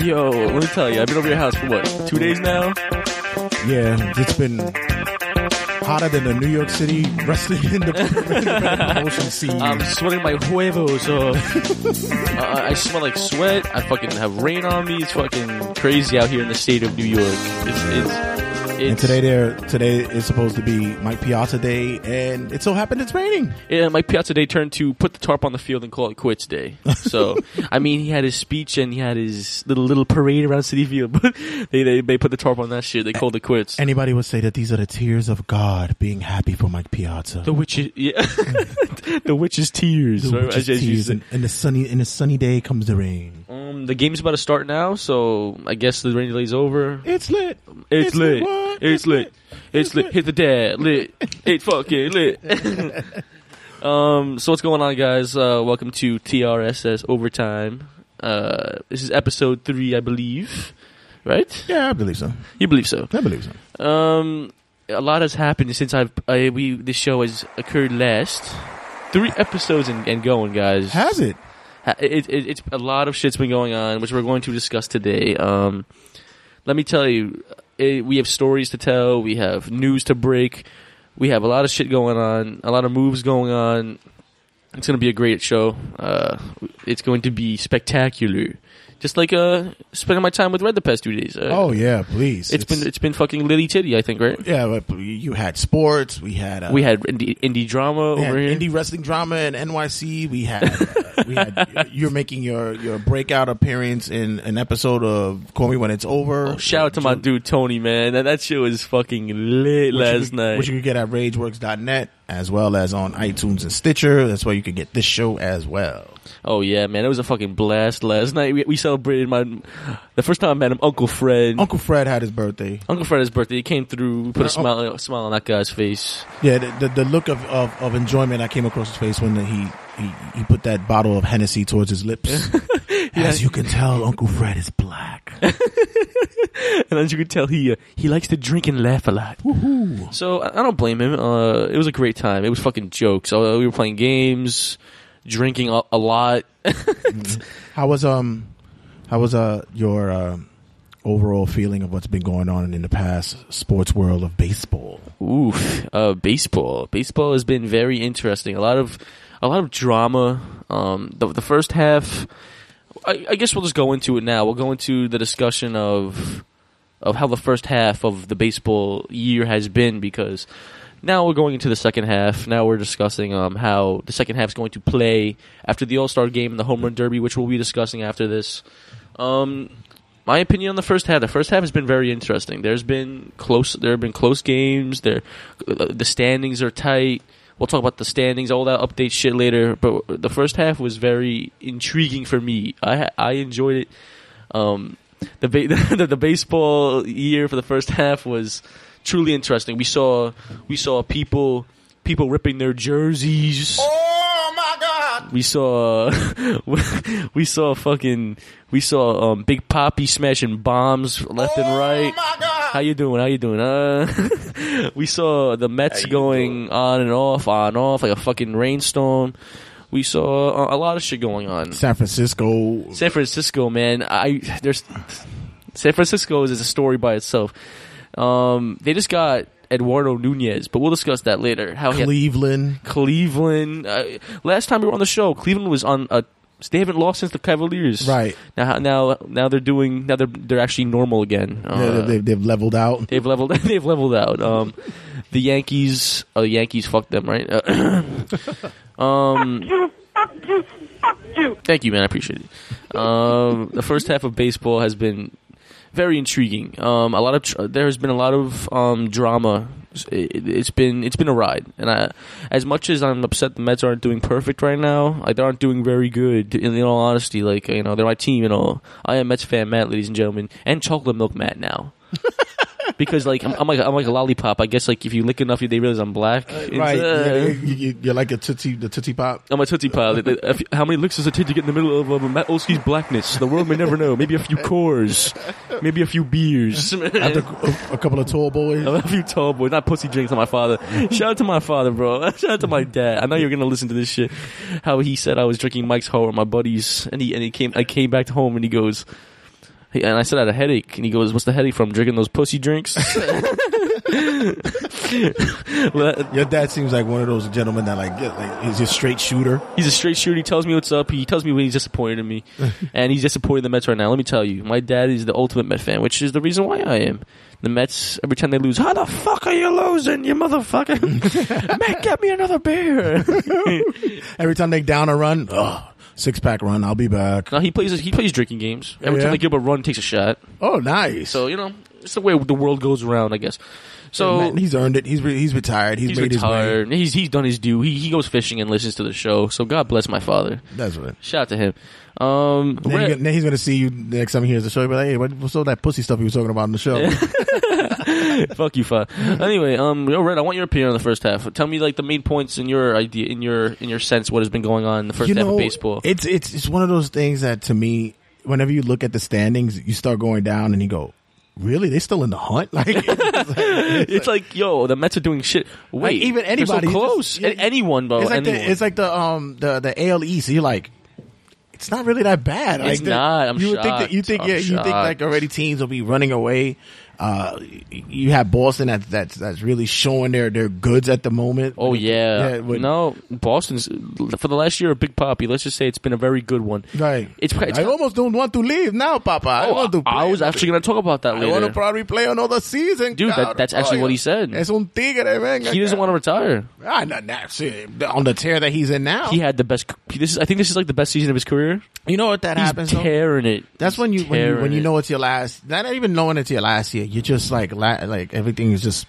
telling you, I've been over your house for what, two days now? Yeah, it's been hotter than the New York City wrestling in the promotion scene. I'm sweating my huevos off. uh, I smell like sweat. I fucking have rain on me. It's fucking crazy out here in the state of New York. It's it's it's and today there today is supposed to be Mike Piazza Day, and it so happened it's raining. Yeah, Mike Piazza Day turned to put the tarp on the field and call it quits day. So I mean, he had his speech and he had his little little parade around City Field, but they they, they put the tarp on that shit. They called it quits. Anybody would say that these are the tears of God being happy for Mike Piazza. the witches, yeah, the witches' tears. The right? As- witch's as you tears, said. and, and the sunny and the sunny day comes the rain. Um, the game's about to start now, so I guess the rain delay's over. It's lit. It's, lit. What? It's lit. It's It's lit. lit. Hit the dad. Lit. It's fucking lit. um. So what's going on, guys? Uh, welcome to TRSS Overtime. Uh, this is episode three, I believe. Right? Yeah, I believe so. You believe so? I believe so. Um, a lot has happened since I've I, we this show has occurred last. Three episodes and, and going, guys. Has it? Ha- it, it, it's a lot of shit's been going on, which we're going to discuss today. Um, let me tell you, eh, we have stories to tell, we have news to break, we have a lot of shit going on, a lot of moves going on. It's going to be a great show. Uh, it's going to be spectacular, just like uh, spending my time with Red the past two days. Uh, Oh yeah, please. it's been it's been fucking litty titty, I think, right? yeah. But you had sports. We had uh, We had indie, indie drama we had over here. indie wrestling drama in NYC. We had uh, we had you're making your your breakout appearance in an episode of Call Me When It's Over. Oh, Shout out to my dude Tony, man. That, that shit was fucking lit Which you last could- night. Which you can get at RageWorks.net as well as on iTunes and Stitcher. That's where you can get this show as well. Oh yeah, man, it was a fucking blast last night. We, we celebrated my the first time I met him, Uncle Fred. Uncle Fred had his birthday. Uncle Fred's birthday. He came through. We put a Uh, smile a smile on that guy's face. Yeah, the, the, the look of, of, of enjoyment I came across his face when he, he, he put that bottle of Hennessy towards his lips. As you can tell, Uncle Fred is black. And as you could tell, he uh, he likes to drink and laugh a lot. Woohoo. So I, I don't blame him. Uh, it was a great time. It was fucking jokes. Uh, we were playing games, drinking a, a lot. How was um how was uh your uh, overall feeling of what's been going on in the past sports world of baseball? Oof. Uh, baseball. Baseball has been very interesting. A lot of, a lot of drama. Um, the, the first half. I, I guess we'll just go into it now. We'll go into the discussion of, of how the first half of the baseball year has been because now we're going into the second half. Now we're discussing um, how the second half is going to play after the All Star Game and the Home Run Derby, which we'll be discussing after this. Um, my opinion on the first half. The first half has been very interesting. There's been close. There have been close games. There, uh, the standings are tight. We'll talk about the standings, all that update shit later. But the first half was very intriguing for me. I I enjoyed it. Um, the ba- the, the baseball year for the first half was truly interesting. We saw we saw people people ripping their jerseys. Oh my god. We saw, we saw fucking, we saw um, Big Poppy smashing bombs left Oh and right. How you doing? How you doing? Uh, we saw the Mets going on and off, on and off like a fucking rainstorm. We saw uh, a lot of shit going on. San Francisco San Francisco, man. I there's San Francisco is, is a story by itself. Um, they just got Eduardo Nunez, but we'll discuss that later. How he Cleveland. Cleveland. Uh, last time we were on the show, Cleveland was on a. They haven't lost since the Cavaliers. Right. now, now, now they're doing. Now they're they're actually normal again. They- Uh, they, they've leveled out. they've leveled. they've leveled out. Um, the Yankees. Oh, the Yankees. Fuck them. Right. Uh, um. Thank you, man. I appreciate it. Um, the first half of baseball has been very intriguing. Um, a lot of tr- there has been a lot of um, drama. It, it's been it's been a ride, and I, as much as I'm upset the Mets aren't doing perfect right now, like they aren't doing very good. In, in all honesty, like you know they're my team and all. I am Mets fan Matt, ladies and gentlemen, and chocolate milk Matt now. because like I'm, I'm like I'm like a lollipop. I guess like if you lick enough, they realize I'm black. It's, Right, uh, you, you, you're like a tootsie, the tootsie pop. I'm a Tootsie Pop. If- How many licks does it take to get in the middle of um, Matt Olsky's blackness? The world may never know. Maybe a few cores. Maybe a few beers. After a, a couple of tall boys, a few tall boys. Not pussy drinks on my father. Shout out to my father, bro. Shout out to my dad. I know you're going to listen to this shit. How he said I was drinking Mike's Hard with my buddies. And he, and he came, I came back home and he goes, He- And I said I had a headache, and he goes, "What's the headache from? Drinking those pussy drinks?" Well, Your dad seems like one of those gentlemen that like, get, like is a straight shooter. He's a straight shooter. He tells me what's up. He tells me when he's disappointed in me, and he's disappointed in the Mets right now. Let me tell you, my dad is the ultimate Met fan, which is the reason why I am. The Mets every time they lose, how the fuck are you losing, you motherfucker? Matt, get me another beer. Every time they down a run, oh, six pack run, I'll be back. no, he plays. He plays drinking games. Every Yeah. time they give up a run, he takes a shot. Oh, nice. So you know, it's the way the world goes around, I guess. So Man, he's earned it. He's re- he's retired. He's, he's made retired. He's he's done his due. He he goes fishing and listens to the show. So God bless my father. his way. That's what. Shout out to him. Um, Then, Red- he, then he's gonna see you the next time he hears the show. He'll be like, hey, what, what's all that pussy stuff you were talking about in the show? Fuck you, fuck. Anyway, um, yo, Red, I want your opinion on the first half. Tell me like the main points in your idea, in your in your sense, what has been going on in the first you half know, of baseball. it's it's it's one of those things that to me, whenever you look at the standings, you start going down and you go, really? They still in the hunt? Like, it's like- it's like, yo, the Mets are doing shit. Wait, Like, even they're so anybody, it's close, just- yeah, A- anyone, bro, it's like Oh, anyone. the it's like the um the the AL East. You're like, it's not really that bad. It's like, the- not. I'm you would think that you shocked. think I'm yeah, you think like shocked. already teams will be running away. Uh, y- you have Boston that's that's that's really showing their their goods at the moment. Oh yeah, when- no, Boston's for the last year a big poppy. Let's just say it's been a very good one. right. It's- it's- I almost don't want to leave now, Papa. I Oh, want to. I, I play was actually gonna talk about that I want to later. probably play another season, Dude, that- cabrón. that's actually what he said. Es un tigre, venga. He doesn't want to retire. Ah, no, no, shit. on the tear that he's in now. He had the best. This is, I think, this is like the best season of his career. you know what that He's happens. though? tearing it. That's He's when you when you, when tearing you it. know it's your last. Not even knowing it's your last year. You're just like la- like everything is just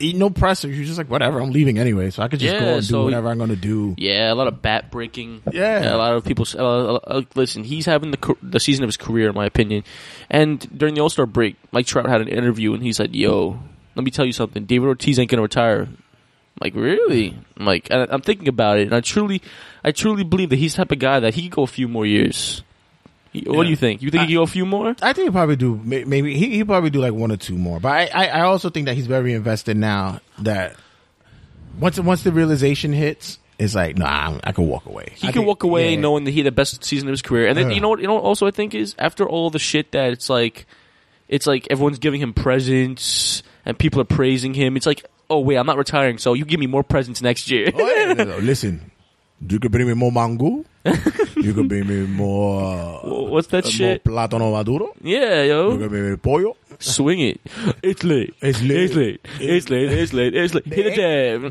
no pressure. You're just like whatever. I'm leaving anyway, so I could just Yeah, go and so- do whatever I'm gonna do. Yeah, a lot of bat breaking. Yeah. a lot of people. s- Uh, uh, listen, he's having the car- the season of his career, in my opinion. And during the All Star break, Mike Trout had an interview, and he said, "Yo, let me tell you something. David Ortiz ain't gonna retire." I'm like, really? I'm like, and I- I'm thinking about it, and I truly, I truly believe that he's the type of guy that he could go a few more years. He- What do Yeah. you think? You think he could go a few more? I think he probably do. may- Maybe he he probably do like one or two more. But I, I, I also think that he's very invested now. That once once the realization hits, it's like nah, I'm- I can walk away. he can walk away knowing that he had the best season of his career. And then Yeah. you know what? You know what also I think is after all the shit that it's like, it's like everyone's giving him presents and people are praising him. It's like, oh wait, I'm not retiring, so you give me more presents next year. Oh, Listen, you could bring me more mango. you could bring me more. uh, What's that shit? More plátano maduro. Yeah, You yo, could bring me pollo. swing it. It's late. It's late. It's late. It's late. It's late. It's late. Hit A- it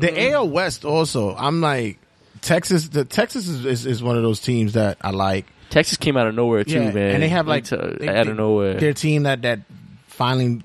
there. the AL West also. I'm like Texas. The Texas is, is, is one of those teams that I like. Texas came out of nowhere too, man. And they have like Let me tell- they- out they- of nowhere. Their team that that finally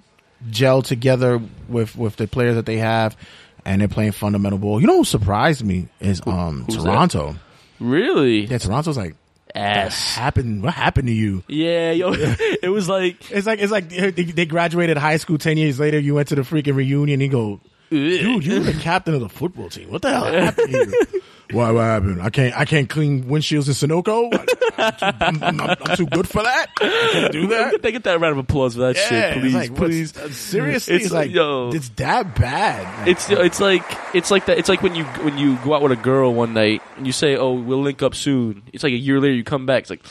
gel together with with the players that they have, and they're playing fundamental ball. You know who surprised me is um who's that? Toronto. Really Yeah, Toronto's like ass. happened. What happened to you? Yeah, yo. it was like It's like it's like they- they graduated high school ten years later. You went to the freaking reunion. And you go, dude, you were the captain of the football team. What the hell happened? to you? Why? What happened? I can't. I can't clean windshields in Sunoco. I'm too, I'm, I'm- I'm too good for that. I can't do that. They get that round of applause for that Yeah, shit, it's please, like, what's- please. uh, seriously, It's it's, like, like yo. it's that bad. It's it's like it's like that. It's like when you when you go out with a girl one night and you say, "Oh, we'll link up soon." It's like a year later you come back. It's like,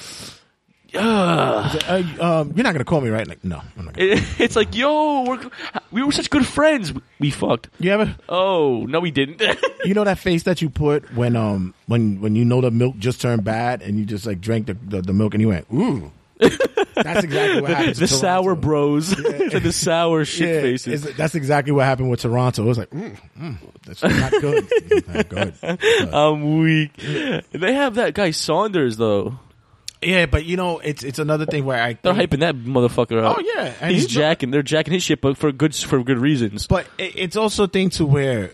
Ugh. Uh, um, you're not gonna call me, right? Like, no, I'm not gonna. It- it's like, yo, we're, we were such good friends. We fucked. You ever? Oh no, we didn't. You know that face that you put when um when when you know the milk just turned bad and you just like drank the the, the milk and you went ooh. That's exactly what happened. to the sour Toronto. bros, It's like the sour shit Yeah, faces. it's- that's exactly what happened with Toronto. It was like, mm, mm, that's not good. not good. I'm weak. They have that guy Saunders though. Yeah, but you know, it's it's another thing where I They're think- hyping that motherfucker up. Oh, yeah. And he's he's not- jacking. They're jacking his shit, but for good for good reasons. But it, it's also a thing to where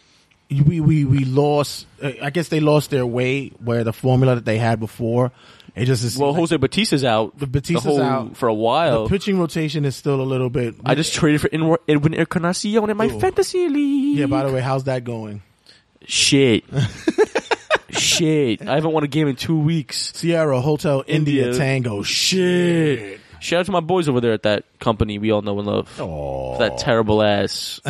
we we we lost. uh, I guess they lost their way where the formula that they had before. It just is Well, like, Jose Batista's out. The Batista's whole, out. for a while. the pitching rotation is still a little bit. I just traded for Inwar- Edwin Encarnacion in my Yo. fantasy league. yeah. By the way, how's that going? shit, shit. I haven't won a game in two weeks. Sierra Hotel India, India. Tango. Shit. Shout out to my boys over there at that company we all know and love. Oh, That terrible ass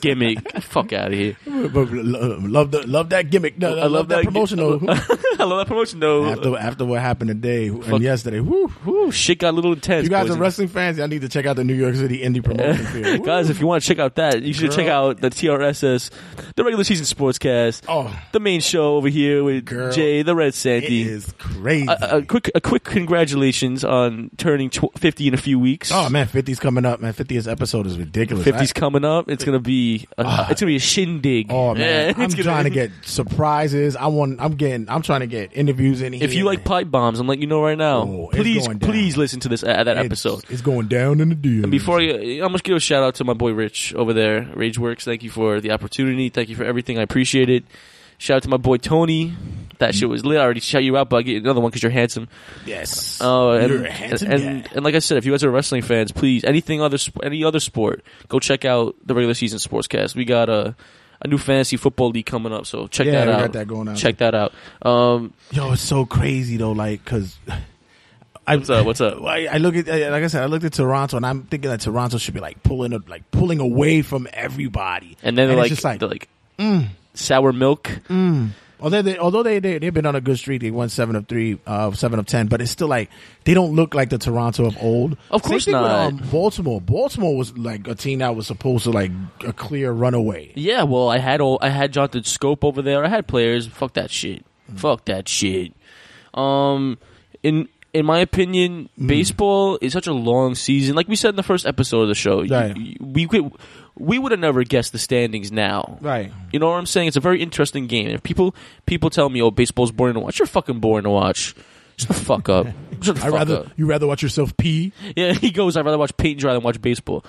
gimmick. Fuck out of here. but, but uh, lo- love the, love that gimmick. No, no, I love, love that, that- promotion though. I love that promotion though. after after what happened today and yesterday, whew, Ooh, shit got a little intense. you guys boys. are wrestling fans. Y'all need to check out the New York City indie promotion. here. Woo. Guys, if you want to check out that, you should Girl. check out the TRSS, the regular season sportscast, oh, the main show over here with Girl, Jay, the Red it Santee. is crazy. a, a quick, a quick congratulations on turning tw- fifty in a few weeks. oh man, 50's coming up. Man, 50th episode is ridiculous. 50's I- coming up. It's gonna be a, it's gonna be a shindig. Ah. Oh man, Yeah, I'm it's gonna- trying to get surprises. I want. I'm getting. I'm trying to get interviews in here. If you like pipe bombs, I'm letting you know right now. Oh, it's please, going down. please listen to this uh, that It's- episode. it's going down in the deal. Before I, I'm just give a shout out to my boy Rich over there, RageWorks. Thank you for the opportunity. Thank you for everything. I appreciate it. Shout out to my boy Tony. That shit was lit. I already shout you out, but I get another one because you're handsome. yes, Oh, and, you're a handsome and, guy. and like I said, if you guys are wrestling fans, please anything other sp- any other sport, go check out the regular season sportscast. We got a a new fantasy football league coming up, so check Yeah, that we out. got that going on. Check that out. Um, Yo, it's so crazy though, like because. I, What's up? What's up? I, I look at I- like I said. I looked at Toronto, and I'm thinking that Toronto should be like pulling up, like pulling away from everybody. and then they're it's like, just like, mm. they're like sour milk. although they, although they, they they've been on a good streak, they won seven of three, uh, seven of ten, but it's still like they don't look like the Toronto of old. Of course Same thing not. With, um, Baltimore, Baltimore was like a team that was supposed to like a clear runaway. Yeah, well, I had all I had Jonathan Scope over there. I had players. Fuck that shit. Mm. Fuck that shit. Um, in in my opinion, Mm. baseball is such a long season. Like we said in the first episode of the show, you- Right. you- we could, we would have never guessed the standings now. Right. You know what I'm saying? It's a very interesting game. If people people tell me, "Oh, baseball's boring to watch," you're fucking boring to watch. Shut the fuck up. Shut the I fuck up. rather you rather watch yourself pee. Yeah, he goes. I'd rather watch paint dry than watch baseball.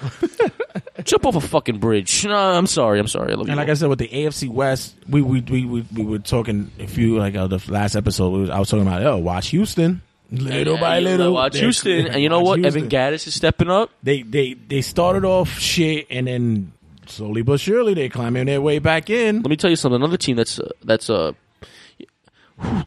Jump off a fucking bridge. No, I'm sorry. I'm sorry. I love you. And like I said, with the AFC West, we we we we, we were talking a few like uh, the last episode. We was, I was talking about oh, watch Houston little Yeah, by you little. Watch They're- Houston, and you know watch what? Houston. Evan Gaddis is stepping up. they they they started off shit, and then slowly but surely they climbing their way back in. Let me tell you something. Another team that's uh, that's uh,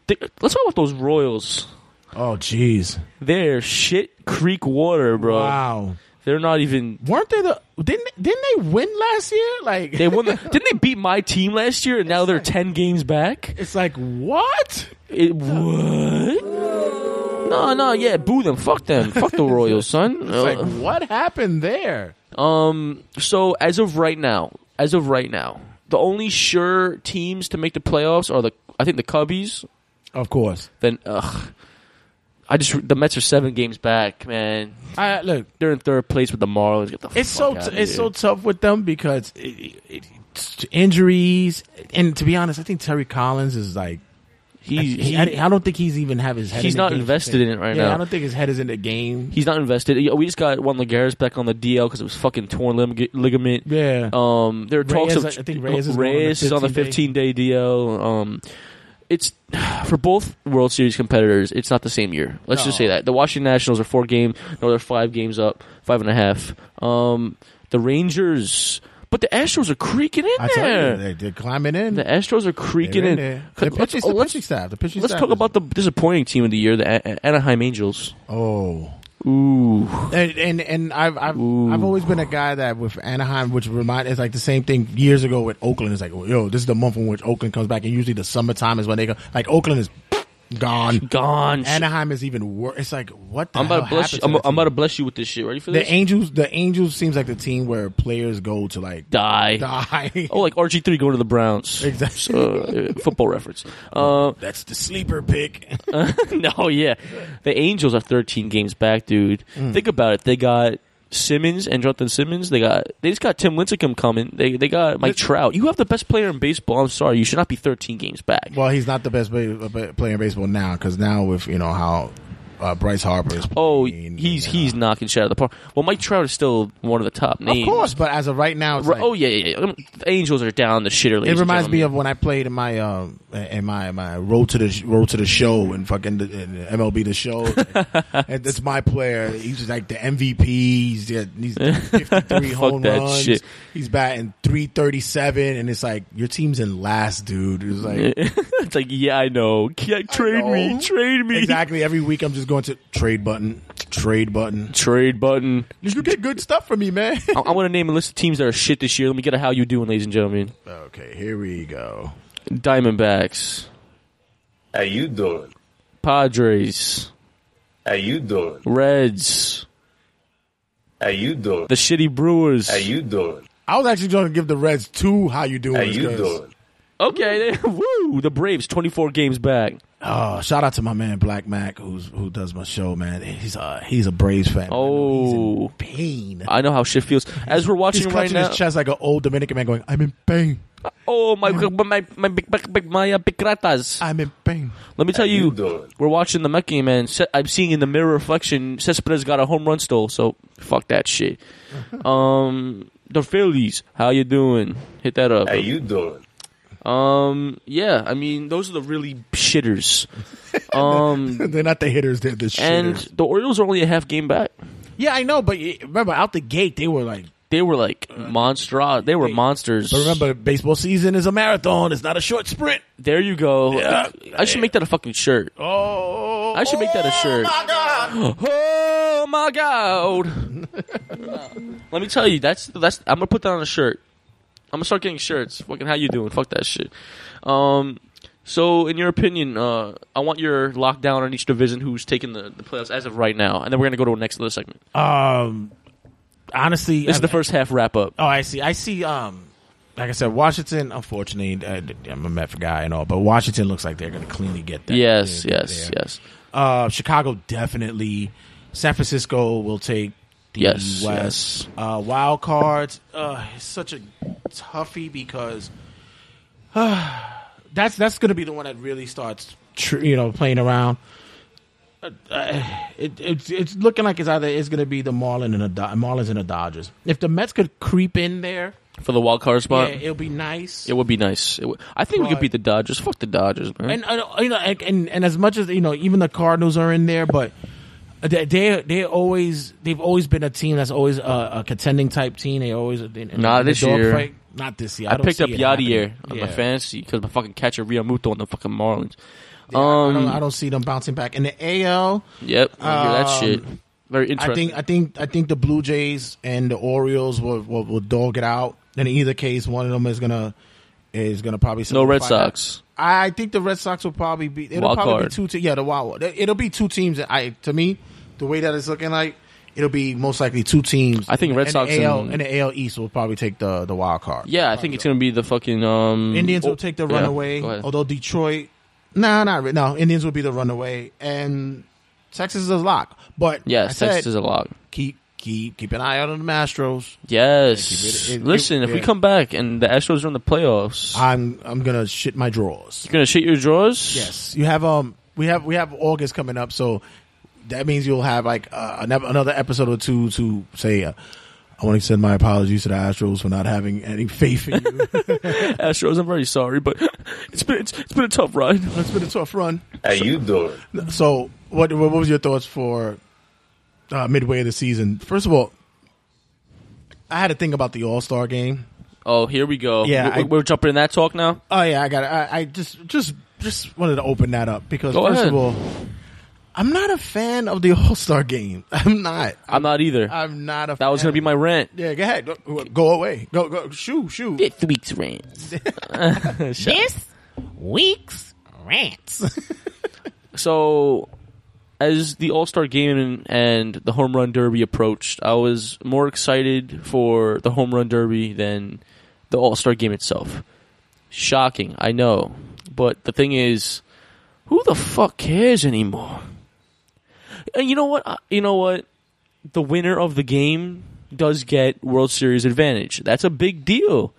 they- let's talk about those Royals. Oh jeez, They're shit creek water, bro. wow! They're not even. Weren't they the didn't didn't they win last year? Like They won. The, didn't they beat my team last year? And now they're ten games back. it's like what? It, what? No, no, yeah, boo them. Fuck them. Fuck the Royals, son. It's Uh, like what happened there? Um. So as of right now, as of right now, the only sure teams to make the playoffs are the I think the Cubbies. Of course, Then ugh, I just the Mets are seven games back, man. I look. They're in third place with the Marlins. Get the It's so fuck t- outta it's here. so tough with them because it, it, it's injuries and to be honest, I think Terry Collins is like he, he, he, I, I don't think he's even have his head. He's in the not game. invested in it right yeah, now. I don't think his head is in the game. he's not invested. Yeah, We just got Juan Lagares back on the DL because it was fucking torn lig- ligament. Yeah, Um, there are talks Reyes, of I think Reyes is going on the Reyes is on the 15 15 day DL. Um, it's for both World Series competitors. It's not the same year. Let's just No. say that the Washington Nationals are four game. No, they're five games up, five and a half. Um, the Rangers, but the Astros are creaking in I there. tell you, they, they're climbing in. the Astros are creaking They're in. in there. The Let's- pitching, the oh, let's- pitching staff. The pitching let's staff talk is- about the disappointing team of the year, the A- Anaheim Angels. oh. Ooh, And and, and I've I've, I've always been a guy that with Anaheim, which remind it's like the same thing years ago with Oakland. It's like oh, yo, this is the month in which Oakland comes back, and usually the summertime is when they go. Like Oakland is gone. gone. Anaheim is even worse. It's like what the I'm hell about to bless you. happened to I'm, that I'm team? about to bless you with this shit. Ready for this? the Angels. The Angels seems like the team where players go to like Die. die. Oh, like RG three going to the Browns. Exactly. So, uh, football reference. Uh, That's the sleeper pick. no, yeah, the Angels are thirteen games back, dude. Mm. Think about it. They got Simmons and Jonathan Simmons. They got they just got Tim Lincecum coming. They they got Mike Trout. You have the best player in baseball. I'm sorry, you should not be thirteen games back. well, he's not the best ba- ba- player in baseball now because now with you know how uh, Bryce Harper is. Oh, playing, he's you know. he's knocking shit out of the park. Well, Mike Trout is still one of the top Of names. course, but as of right now, it's Ri- like, oh yeah, yeah, yeah. The Angels are down the shitter. It reminds me of when I played in my um in my my road to the road to the show and fucking the, in MLB the show. and that's my player. He's just like the MVP. He's got- he's got 53 home that runs. shit. He's batting 337, and it's like your team's in last, dude. It's like it's like yeah, I know. Yeah, trade know. me, trade me. exactly every week I'm just just going to trade button, trade button. Trade button. You get good stuff from me, man. I, I want to name a list of teams that are shit this year. Let me get a how you doing, ladies and gentlemen. okay, here we go. Diamondbacks, How you doing? Padres, How you doing? Reds, How you doing? the shitty Brewers. How you doing? I was actually going to give the Reds two. How you doing? How you doing? Okay, they- woo! The Braves, twenty-four games back. Oh, shout out to my man Black Mac, who's who does my show, man. He's a he's a Braves fan. I know he's in Oh. pain. I know how shit feels. As we're watching He's right clutching now, his chest like an old Dominican man, going, "I'm in pain. oh my, Mm. my, my, big, big, big, my uh, big ratas. I'm in pain." Let me tell you you, doing? we're watching the Mets game, and Se- I'm seeing in the mirror reflection, Cespedes got a home run stole. So fuck that shit. um, the Phillies, how you doing? Hit that up. How you doing? Um, yeah, I mean, those are the really shitters. Um, they're not the hitters; they're the shitters. and the Orioles are only a half game back. yeah, I know, but eh, remember, out the gate, they were like, They were like monstra. They were monsters. Uh, but remember, baseball season is a marathon; it's not a short sprint. there you go. Yeah. I should make that a fucking shirt. Oh, I should make that a shirt. Oh my god! Oh my god! Let me tell you, that's that's. I'm gonna put that on a shirt. I'm gonna start getting shirts. Fucking how you doing? Fuck that shit. Um. So, in your opinion, uh, I want your lockdown on each division who's taking the, the playoffs as of right now, and then we're gonna go to the next little segment. Um, honestly, This is I- the first half wrap up. Oh, I see. I see. Um, like I said, Washington. Unfortunately, I, I'm a Met guy and all, but Washington looks like they're going to cleanly get that. Yes, They're- yes, they're- yes. Uh, Chicago definitely. San Francisco will take the Yes, West. Uh, wild cards. Uh, it's such a toughie because that's that's going to be the one that really starts, tr- you know, playing around. Uh, uh, it, it's it's looking like it's either it's going to be the Marlins and the Do- Marlins and the Dodgers. If the Mets could creep in there, For the wild card spot, yeah, it'll be nice. it would be nice. It would, I think we could But- beat the Dodgers. Fuck the Dodgers, man. and uh, you know, and, and and as much as you know, even the Cardinals are in there, but they they they always they've always been a teem that's always a, a contending type team. They always in, in Nah, in the this year. dogfight. not this year. I, don't picked see up it Yadier happening. on Yeah. my fantasy because my fucking catcher Riamuto on the fucking Marlins. I don't, Um, I don't see them bouncing back in the AL. Yep, I hear that Um, shit. Very I interesting. think I think I think the Blue Jays and the Orioles will will, will dog it out. In either case, one of them is gonna is gonna probably no Red solidify that. Sox. I think the Red Sox will probably be. It'll Wild probably card. be two. Te- yeah, the wild. It'll be two teams. that I to me, the way that it's looking like, it'll be most likely two teams. I think Red and Sox the AL, and- and, the AL East will probably take the the wild card. Yeah, I think it's gonna be the fucking um, Indians oh, will take the yeah, runaway. go ahead. although Detroit, nah, not re- no. Indians will be the runaway, and Texas is a lock. But I yes, said, Texas is a log. keep keep keep an eye out on the Astros. Yes. Yeah, keep it- it- Listen, it- if we yeah. come back and the Astros are in the playoffs, I'm I'm gonna shit my drawers. you're gonna shit your drawers. Yes, you have um we have we have August coming up, so that means you'll have like uh, another another episode or two to say. Uh, I want to send my apologies to the Astros for not having any faith in you. Astros, I'm very sorry, but it's been it's, it's been a tough ride. it's been a tough run. How you doing? So, what what was your thoughts for uh, midway of the season? First of all, I had to think about the All Star game. Oh, here we go. Yeah, we're, I- we're jumping in that talk now. Oh yeah, I got it. I, I just just just wanted to open that up because Go first ahead. of all, I'm not a fan of the All Star game. I'm not. I'm not either. I'm not a. that was gonna be my rant. Yeah, go ahead. Go, go away. Go go. Shoo shoo. Fifth week's rant. this week's rants. So, as the All Star game and the Home Run Derby approached, I was more excited for the Home Run Derby than the All Star game itself. Shocking, I know. But the thing is, who the fuck cares anymore? And you know what? I- You know what? The winner of the game does get World Series advantage. That's a big deal.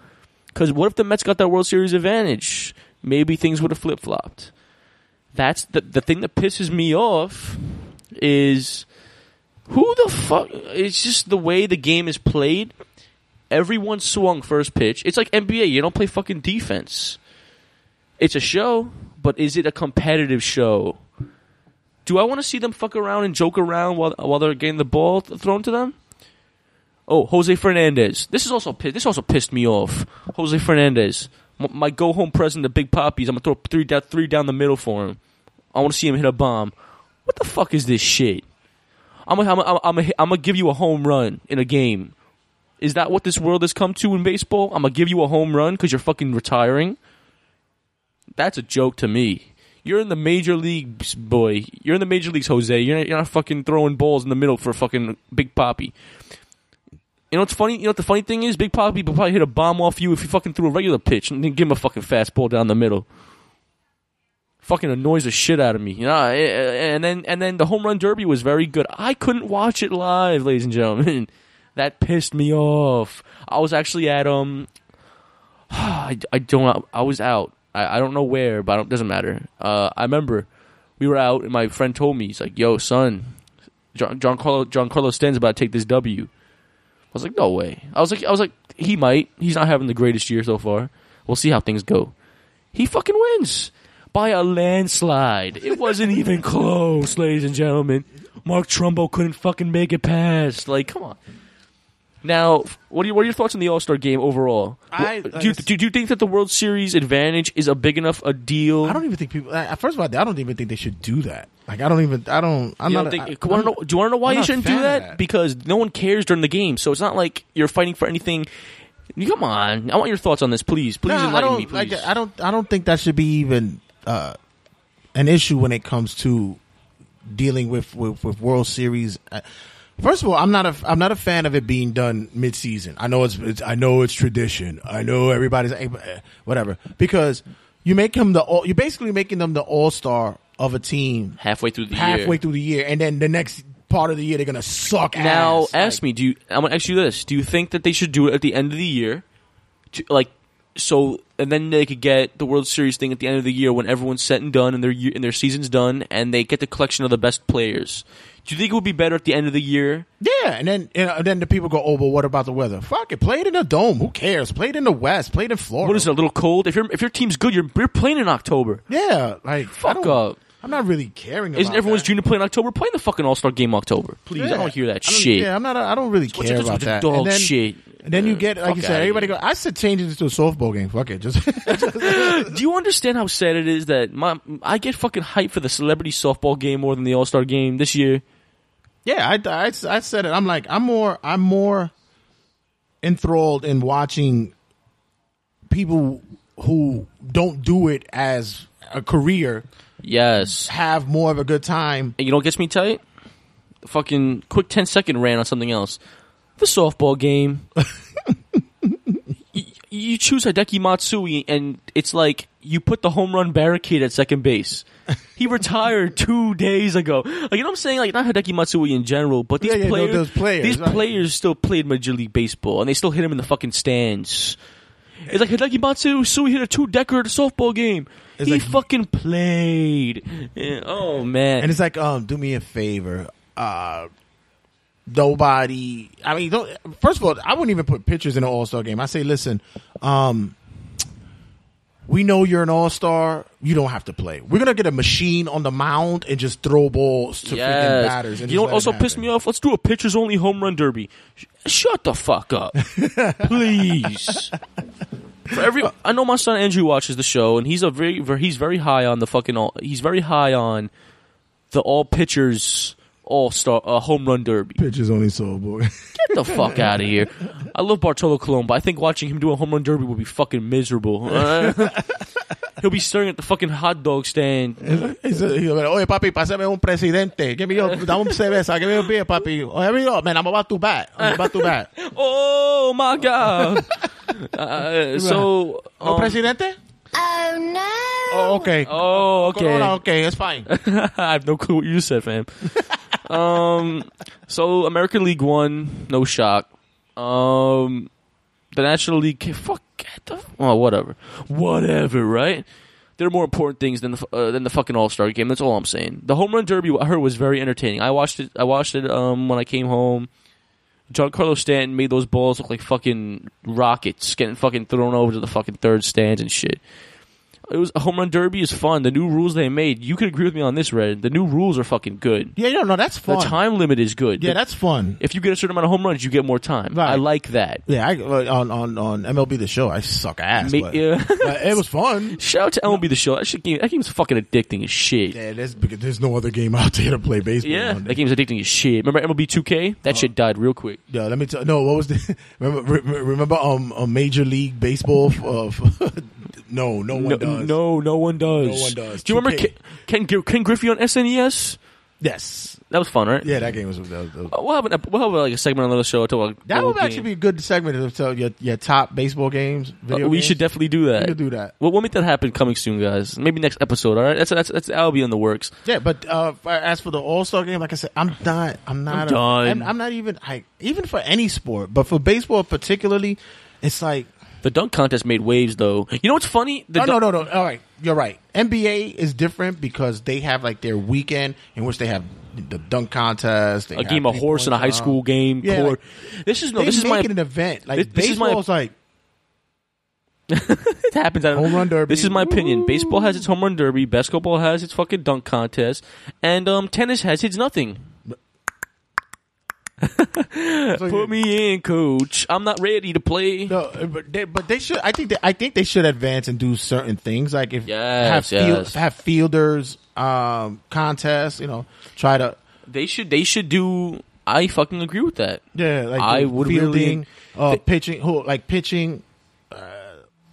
Because what if the Mets got that World Series advantage? Maybe things would have flip flopped that's the the thing that pisses me off is who the fuck it's just the way the game is played everyone swung first pitch it's like nba you don't play fucking defense it's a show but is it a competitive show do i want to see them fuck around and joke around while while they're getting the ball th- thrown to them oh jose fernandez this is also pi- this also pissed me off jose fernandez M- my go home present to big poppies i'm gonna throw three down three down the middle for him I want to see him hit a bomb. what the fuck is this shit? I'm gonna I'm gonna I'm gonna I'm gonna give you a home run in a game. Is that what this world has come to in baseball? I'm gonna give you a home run because you're fucking retiring. That's a joke to me. You're in the major leagues, boy. You're in the major leagues, Jose. You're not, you're not fucking throwing balls in the middle for fucking Big Poppy. You know what's funny? You know what the funny thing is? Big Poppy would probably hit a bomb off you if you fucking threw a regular pitch and then give him a fucking fastball down the middle. Fucking annoys the shit out of me. You know, eh, eh, and then and then the home run derby was very good. I couldn't watch it live, ladies and gentlemen. That pissed me off. I was actually at um, I, I don't I was out. I, I don't know where, but I don't, doesn't matter. Uh, I remember we were out, and my friend told me he's like, "Yo, son, John John Carlos John Carlos Stan's about to take this W." I was like, no way. I was like, I was like, he might. He's not having the greatest year so far. We'll see how things go. He fucking wins by a landslide. It wasn't even close, ladies and gentlemen. Mark Trumbo couldn't fucking make it past. Like, come on. Now, what are, you, what are your thoughts on the All Star game overall? I- do, like you, I s- do, do you think that the World Series advantage is a big enough a deal? I don't even think people. I, first of all, I don't even think they should do that. Like, I don't even. I don't. I'm You not. don't think- I- you wanna I'm- know- do you want to know why I'm you not a shouldn't do fan of that? that. Because no one cares during the game, so it's not like you're fighting for anything. Come on, I want your thoughts on this, please. Please No, enlighten I don't. me, please. like, I don't. I don't think that should be even uh, an issue when it comes to dealing with with, with World Series. Uh, First of all, I'm not a I'm not a fan of it being done mid season. I know it's, it's I know it's tradition. I know everybody's eh, eh, whatever because you make him the all, you're basically making them the all star of a team halfway through the year. halfway through the year, and then the next part of the year they're gonna suck. Now, ass. ask me. Do you? I'm gonna ask you this. Do you think that they should do it at the end of the year, to, like so, and then they could get the World Series thing at the end of the year when everyone's set and done and their year- and their season's done, and they get the collection of the best players. Do you think it would be better at the end of the year? Yeah, and then and then the people go, oh, but what about the weather? Fuck it, play it in the dome. Who cares? Play it in the West. Play it in Florida. What is it? A little cold. If your if your team's good, you're you're playing in October. Yeah, like Fuck I don't- up. I'm not really caring. Isn't about everyone's that. junior play in October? Playing the fucking All Star game in October, please. I Yeah. don't hear that I don't- shit. Yeah, I'm not. I don't really What's care it- about what's it- that. dog and then, shit. And then you Uh, get like you fuck said, outta everybody here. go. I said change it to a softball game. Fuck it, just Do you understand how sad it is that my I get fucking hyped for the celebrity softball game more than the All Star game this year? yeah. I, I I said it. I'm like I'm more I'm more enthralled in watching people who don't do it as a career Yes. have more of a good time And you know what gets me tight? The fucking quick 10 second rant on something else. The softball game. you, you choose Hideki Matsui, and it's like you put the home run barricade at second base. He retired two days ago. Like, you know what I'm saying? Like, not Hideki Matsui in general, but these Yeah, yeah, tho- players, those players, these right. players still played Major League Baseball, and they still hit him in the fucking stands. It's like Hideki Matsui hit a two decker at a softball game. It's he like- fucking played. Yeah, Oh man! And it's like, um, do me a favor. Uh nobody I mean don't first of all, I wouldn't even put pictures in an all star game. I say, listen, um we know you're an all star. You don't have to play. We're gonna get a machine on the mound and just throw balls to freaking Yes. batters. And you just know what let it also pissed happen. me off? Let's do a pitchers only home run derby. Sh- Shut the fuck up, please. For every, I know my son Andrew watches the show, and he's a very, very he's very high on the fucking all. He's very high on the all pitchers all star uh, home run derby. Pitchers only softball. Get the fuck out of here. I love Bartolo Colon, but I think watching him do a home run derby would be fucking miserable. He'll be staring at the fucking hot dog stand. He's like, Oye, papi, pásame un presidente. Give me your, dame un cerveza. Give me a beer, papi. Oh, here we go, man. I'm about to bat. I'm about to bat. Oh my god. Uh, so No um, presidente? Oh Oh, okay. Oh, okay. Corona, okay, it's fine. I have no clue what you said, fam. um, so American League One, no shock. Um, the National League, fuck, get the oh, whatever, whatever, right? There are more important things than the f- uh, than the fucking All Star game. That's all I'm saying. The home run derby, I heard, was very entertaining. I watched it. I watched it um, when I came home. Giancarlo Stanton made those balls look like fucking rockets, getting fucking thrown over to the fucking third stands and shit. It was a home run derby is fun. The new rules they made. You could agree with me on this, Red. The new rules are fucking good. Yeah, no, no, that's The fun. time limit is good. yeah, The- that's fun. if you get a certain amount of home runs, you get more time. Right. I like that. Yeah, I, uh, on on on MLB the show, I suck ass. Ma- but, yeah. but it was fun. Shout out to MLB the show. That shit game. That game's fucking addicting as shit. Yeah. Yeah, there's because there's no other game out there to play baseball. on. that game's addicting as shit. Remember MLB 2K? That Uh, shit died real quick. Yeah, let me tell. No, what was the remember? re- re- Remember um a major league baseball? Of, no, no one No, does. no, no one does. No one does. Do you remember 2K. Ken, Ken, Gri- Ken Griffey on SNES? Yes. That was fun, right? Yeah, that game was. That, that, Uh, We'll have, an, ep- we'll have like a segment on the show. To talk about that the would whole actually be game. a good segment to tell your your top baseball games. Video Uh, we games. should definitely do that. We could do that. We'll, we'll make that happen coming soon, guys. Maybe next episode. All right, that's that's that's that'll be in the works. Yeah, but uh, for- as for the All Star game, like I said, I'm not. I'm not. I'm done. am I'm not even. I even for any sport, but for baseball particularly, it's like. The dunk contest made waves, though. You know what's funny? The Oh dunk- no no no! All right, you're right. NBA is different because they have like their weekend in which they have the dunk contest, they a have game of three horse and a points high school game. Yeah, court. this is no. They This is make my. it an event. Like This- this is my- baseball's like it happens. I don't- Home run derby. This is my opinion. Baseball has its home run derby. Basketball has its fucking dunk contest, and um, tennis has its nothing. Put me in, coach. I'm not ready to play. No, uh, but they, but they should. I think that I think they should advance and do certain things like if Yes, have field- yes. have fielders um contests. You know, try to They should. They should do. I fucking agree with that. yeah. Like I do would fielding, really- uh, pitching. Who like pitching? Uh,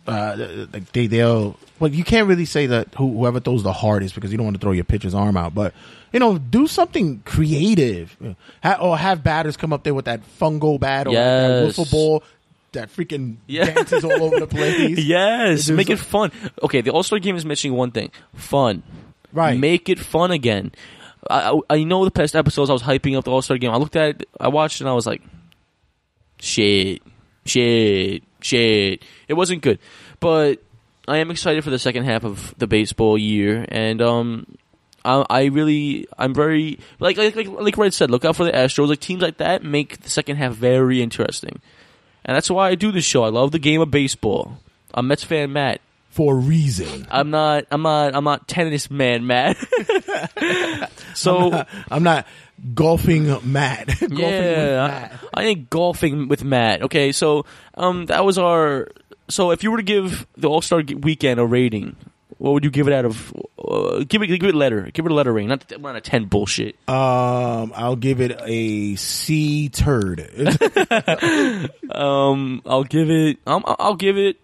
uh, like they they'll. Well, you can't really say that who, whoever throws the hardest because you don't want to throw your pitcher's arm out. But you know, do something creative, ha- or have batters come up there with that fungo bat or Yes. that wiffle ball that freaking Yeah. dances all over the place. Yes, There's make a- it fun. Okay, the All Star game is missing one thing: fun. Right. Make it fun again. I I, I know the past episodes I was hyping up the All Star game. I looked at it, I watched, it, and I was like, shit, shit, shit. It wasn't good, but I am excited for the second half of the baseball year, and um. I, I really, I'm very like like like like Red said. Look out for the Astros. Like teams like that make the second half very interesting, and that's why I do this show. I love the game of baseball. I'm Mets fan, Matt. for a reason. I'm not. I'm not. I'm not tennis man, Matt. so I'm not golfing Matt. golfing with yeah, Matt. I, I ain't golfing with Matt. Okay, so um, that was our. So if you were to give the All Star Weekend a rating, what would you give it out of? Uh, give it. Give it a letter. Give it a letter rating. Not not a ten bullshit. Um, I'll give it a C turd. Um, I'll give it. Um, I'll- I'll give it.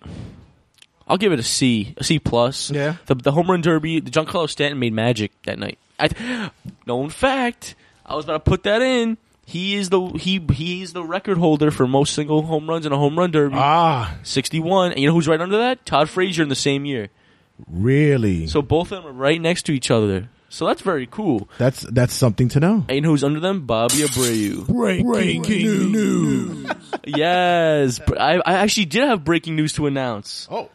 I'll give it a C, a C plus. Yeah. The the home run derby, the Giancarlo Stanton made magic that night. I, known fact, I was about to put that in. He is the he he is the record holder for most single home runs in a home run derby, ah, sixty one. And you know who's right under that? Todd Frazier in the same year. really? So both of them are right next to each other. So that's very cool. that's that's something to know. And you know who's under them? Bobby Abreu. Breaking, news. yes, but I I actually did have breaking news to announce. Oh,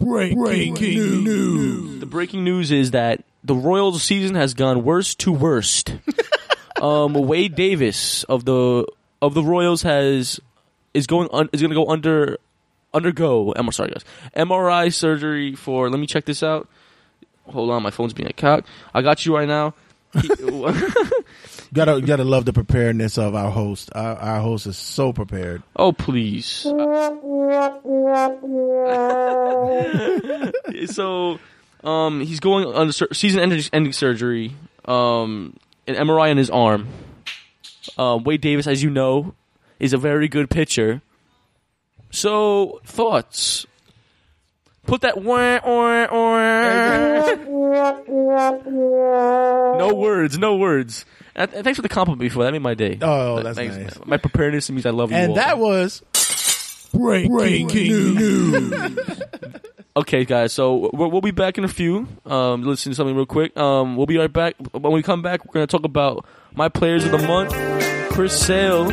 Breaking, news. The breaking news is that the Royals season has gone worst to worst. um, Wade Davis of the of the Royals has is going un, is going to go under undergo I'm sorry guys MRI surgery for let me check this out. Hold on, my phone's being a cock. I got you right now. He- gotta you gotta love the preparedness of our host. Our, our host is so prepared. oh please. so um, he's going on sur- season ending, ending surgery, um, an MRI on his arm. Uh, Wade Davis, as you know, is a very good pitcher. So thoughts. Put that wah, wah, wah. no words, no words. And th- thanks for the compliment before that made my day. Oh, that's Thanks. nice. My preparedness means I love you. And all. that was Breaking, news. Okay, guys. So we'll, we'll be back in a few. Um, listen to something real quick. Um, we'll be right back. When we come back, we're gonna talk about my players of the month. Chris Sale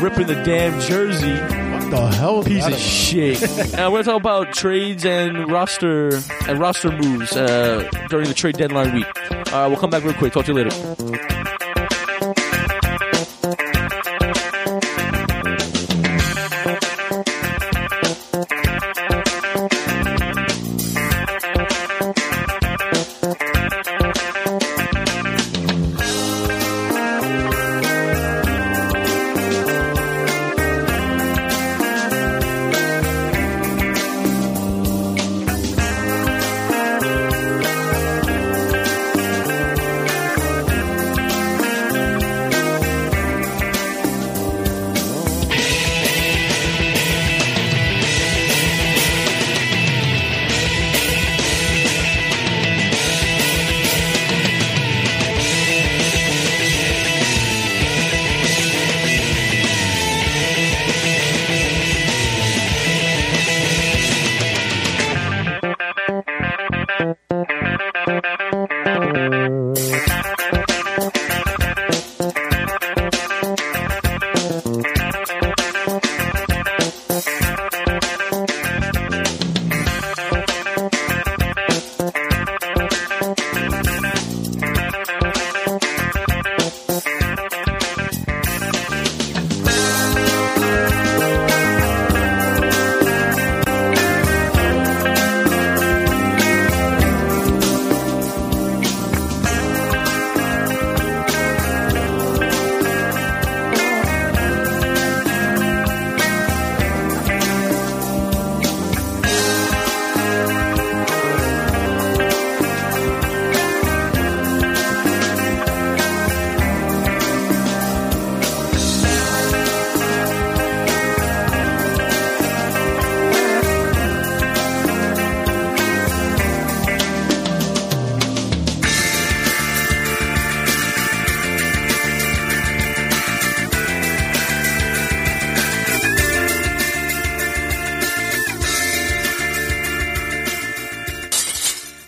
ripping the damn jersey, what the hell? piece I of don't- shit. and we're gonna talk about trades and roster and roster moves uh, during the trade deadline week. All right, we'll come back real quick. Talk to you later.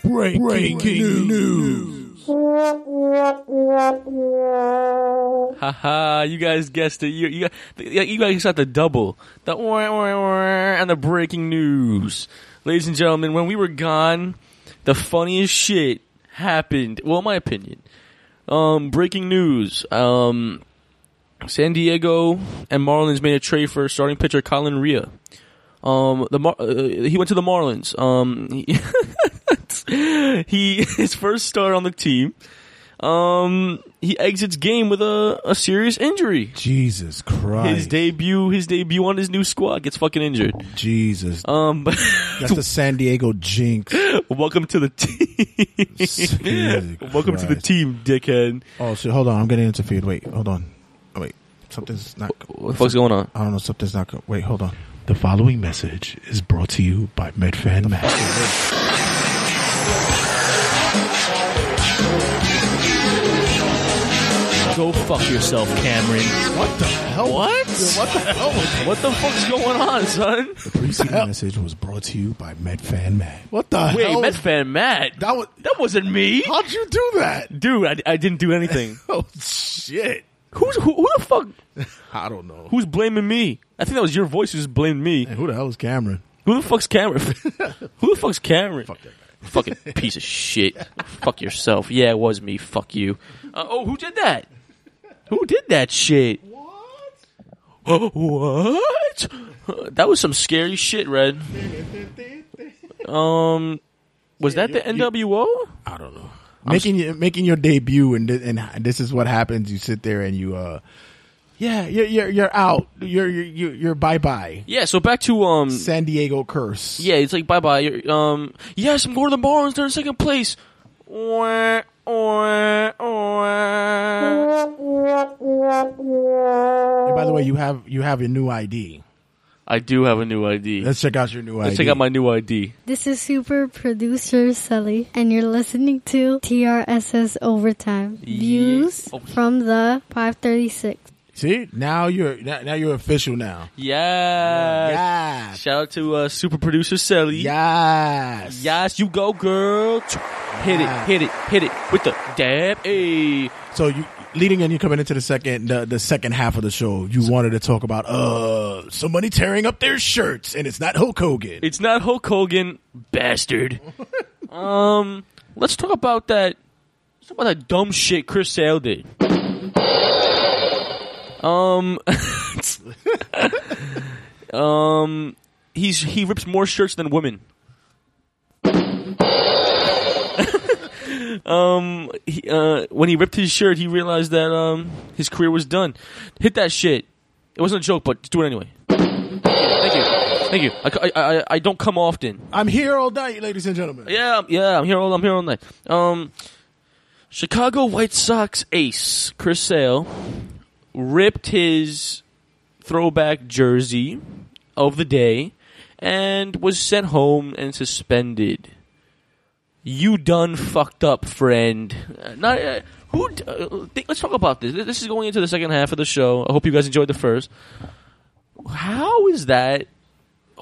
Breaking news. Haha, you guys guessed it. You, you, got- you guys got the double. The wah, wah, wah, and the breaking news. Ladies and gentlemen, when we were gone, the funniest shit happened. Well, in my opinion. Um, breaking news. Um, San Diego and Marlins made a trade for starting pitcher Colin Ria. Um, the Mar- uh, he went to the Marlins. Um, he, he his first start on the team. Um, he exits game with a, a serious injury. Jesus Christ. His debut, his debut on his new squad gets fucking injured. Jesus. Uh, Um, but That's the San Diego jinx. welcome to the team. Jesus welcome to the Christ. team, dickhead. Oh shit! Hold on, I'm getting interfered. Wait, hold on. Oh, wait, something's not. What the fuck's going on? I don't know. Something's not. go- Wait, hold on. The following message is brought to you by MedFan Master. Go fuck yourself, Cameron. What the hell? What? What the hell? Was What the fuck's going on, son? the preceding Message was brought to you by MedFan Matt. What the Wait, hell? Mets fan Matt. that was. That wasn't me. How'd you do that? Dude, I, I didn't do anything. Oh shit! Who's who, who the fuck? I don't know. Who's blaming me? I think that was your voice who just blamed me. Who the hell is Cameron? Who the fuck's Cameron? who the fuck's Cameron? Fuck Fucking piece of shit. Fuck yourself. Yeah, it was me. Fuck you. Uh, oh, who did that? Who did that shit? What? what? Uh, That was some scary shit, Red. Um, was that the NWO? I don't know. Making your, making your debut and thi- and this is what happens. You sit there and you uh, yeah, you're you're, you're out. You're you're you're, you're bye bye. Yeah. So back to um San Diego curse. Yeah, it's like bye bye. Um, yes, I'm going to the Marlins. They're in second place. Wah, wah, wah. And by the way, you have you have your new ID. I do have a new ID. Let's check out your new Let's ID. check out my new ID. This is super producer Sully, and you're listening to TRSS Overtime. Views Oh. from the 536. See now you're now, now you're official now. Yes. Yes, Shout out to uh, super producer Sally. yes, Yes, you go, girl. Hit it, Yeah. hit it, hit it with the dab. Hey. So you leading in, you coming into the second the, the second half of the show. You wanted to talk about uh somebody tearing up their shirts, and it's not Hulk Hogan. It's not Hulk Hogan, bastard. um, let's talk about that. Let's talk about that dumb shit Chris Sale did. Um, um, he's he rips more shirts than women. um, he, uh, when he ripped his shirt, he realized that um his career was done. Hit that shit. It wasn't a joke, but just do it anyway. Thank you. Thank you. I, c- I- I- I don't come often. I'm here all night, ladies and gentlemen. Yeah, I'm- yeah, I'm here all I'm here all night. Um, Chicago White Sox ace Chris Sale ripped his throwback jersey of the day and was sent home and suspended. You done fucked up, friend. Uh, Not uh, who. d- Uh, th- let's talk about this. This is going into the second half of the show. I hope you guys enjoyed the first. How is that?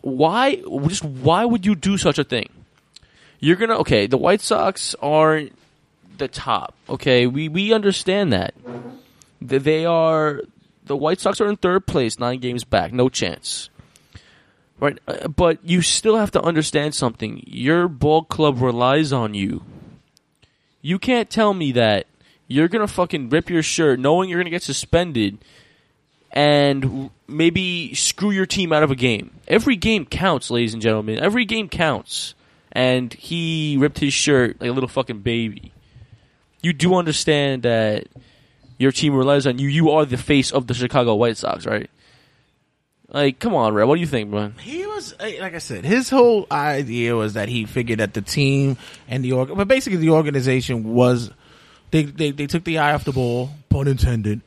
Why? Just why would you do such a thing? You're gonna okay. The White Sox are the top. Okay, we we understand that. Th- They are the White Sox are in third place, nine games back, no chance. Right, Uh, but you still have to understand something. Your ball club relies on you. You can't tell me that you're gonna fucking rip your shirt, knowing you're gonna get suspended, and w- maybe screw your team out of a game. Every game counts, ladies and gentlemen. Every game counts. And he ripped his shirt like a little fucking baby. You do understand that your team relies on you. You are the face of the Chicago White Sox, right? Like, come on, Red. What do you think, man? He was eh, like I said. His whole idea was that he figured that the team and the org, but basically the organization was they they, they took the eye off the ball, pun intended.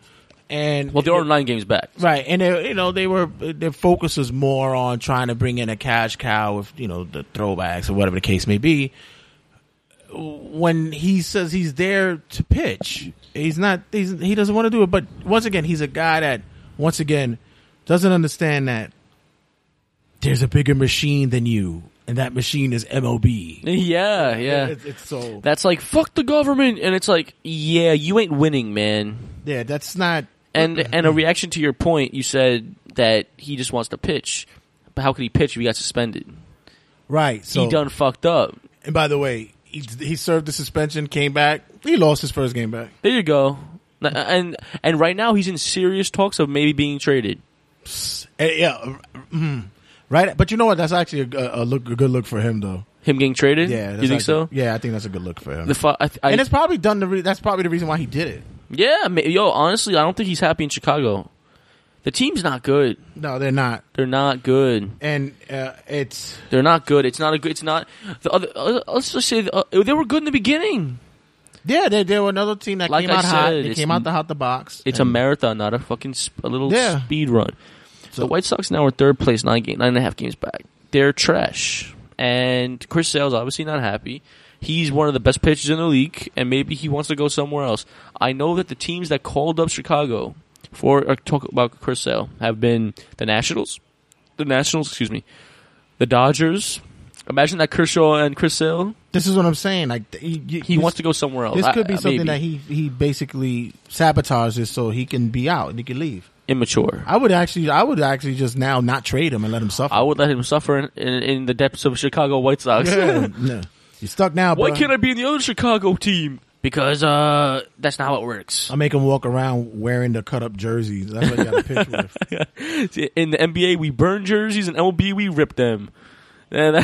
And Well, they are nine games back. Right, and they, you know they were their focus was more on trying to bring in a cash cow with you know the throwbacks or whatever the case may be. When he says he's there to pitch, he's not. He's, he doesn't want to do it. But once again, he's a guy that once again doesn't understand that there's a bigger machine than you, and that machine is MLB. Yeah, yeah. It's, it's so That's like fuck the government, and it's like, yeah, you ain't winning, man. yeah. That's not And and a reaction to your point, you said that he just wants to pitch, but how could he pitch if he got suspended? right. So he done fucked up. And by the way, he, he served the suspension, came back. He lost his first game back. There you go. N- And and right now he's in serious talks of maybe being traded. Eh, yeah, mm, right. But you know what? That's actually a, a look, a good look for him, though. Him getting traded. Yeah, you that's think so? actually- Yeah, I think that's a good look for him. The fu- I, th- I, and it's probably done. The re- that's probably the reason why he did it. yeah, ma- yo, honestly, I don't think he's happy in Chicago. The team's not good. No, they're not. They're not good. And uh, it's They're not good. It's not a good. It's not the other. Uh, let's just say the, uh, they were good in the beginning. yeah, they they were another team that Like came I out hot. said, They it's- came out the hot the box. It's a and, marathon, not a fucking sp- a little Yeah. speed run. the White Sox now are third place, nine game, nine and a half games back. They're trash, and Chris Sale's obviously not happy. He's one of the best pitchers in the league, and maybe he wants to go somewhere else. I know that the teams that called up Chicago for uh, talk about Chris Sale have been the Nationals, the Nationals, excuse me, the Dodgers. Imagine that Kershaw and Chris Sale. This is what I'm saying. Like he, he, He wants to go somewhere else. This I- could be I- something maybe. that he he basically sabotages so he can be out and he can leave. immature. I would actually, I would actually just now not trade him and let him suffer. I would let him suffer in, in, in the depths of Chicago White Sox. Yeah, no. You're stuck now, Why bruh. can't I be in the other Chicago team? Because uh, that's not how it works. I make him walk around wearing the cut up jerseys. That's what you got to pitch with. See, In the NBA, we burn jerseys, and LB, we rip them. And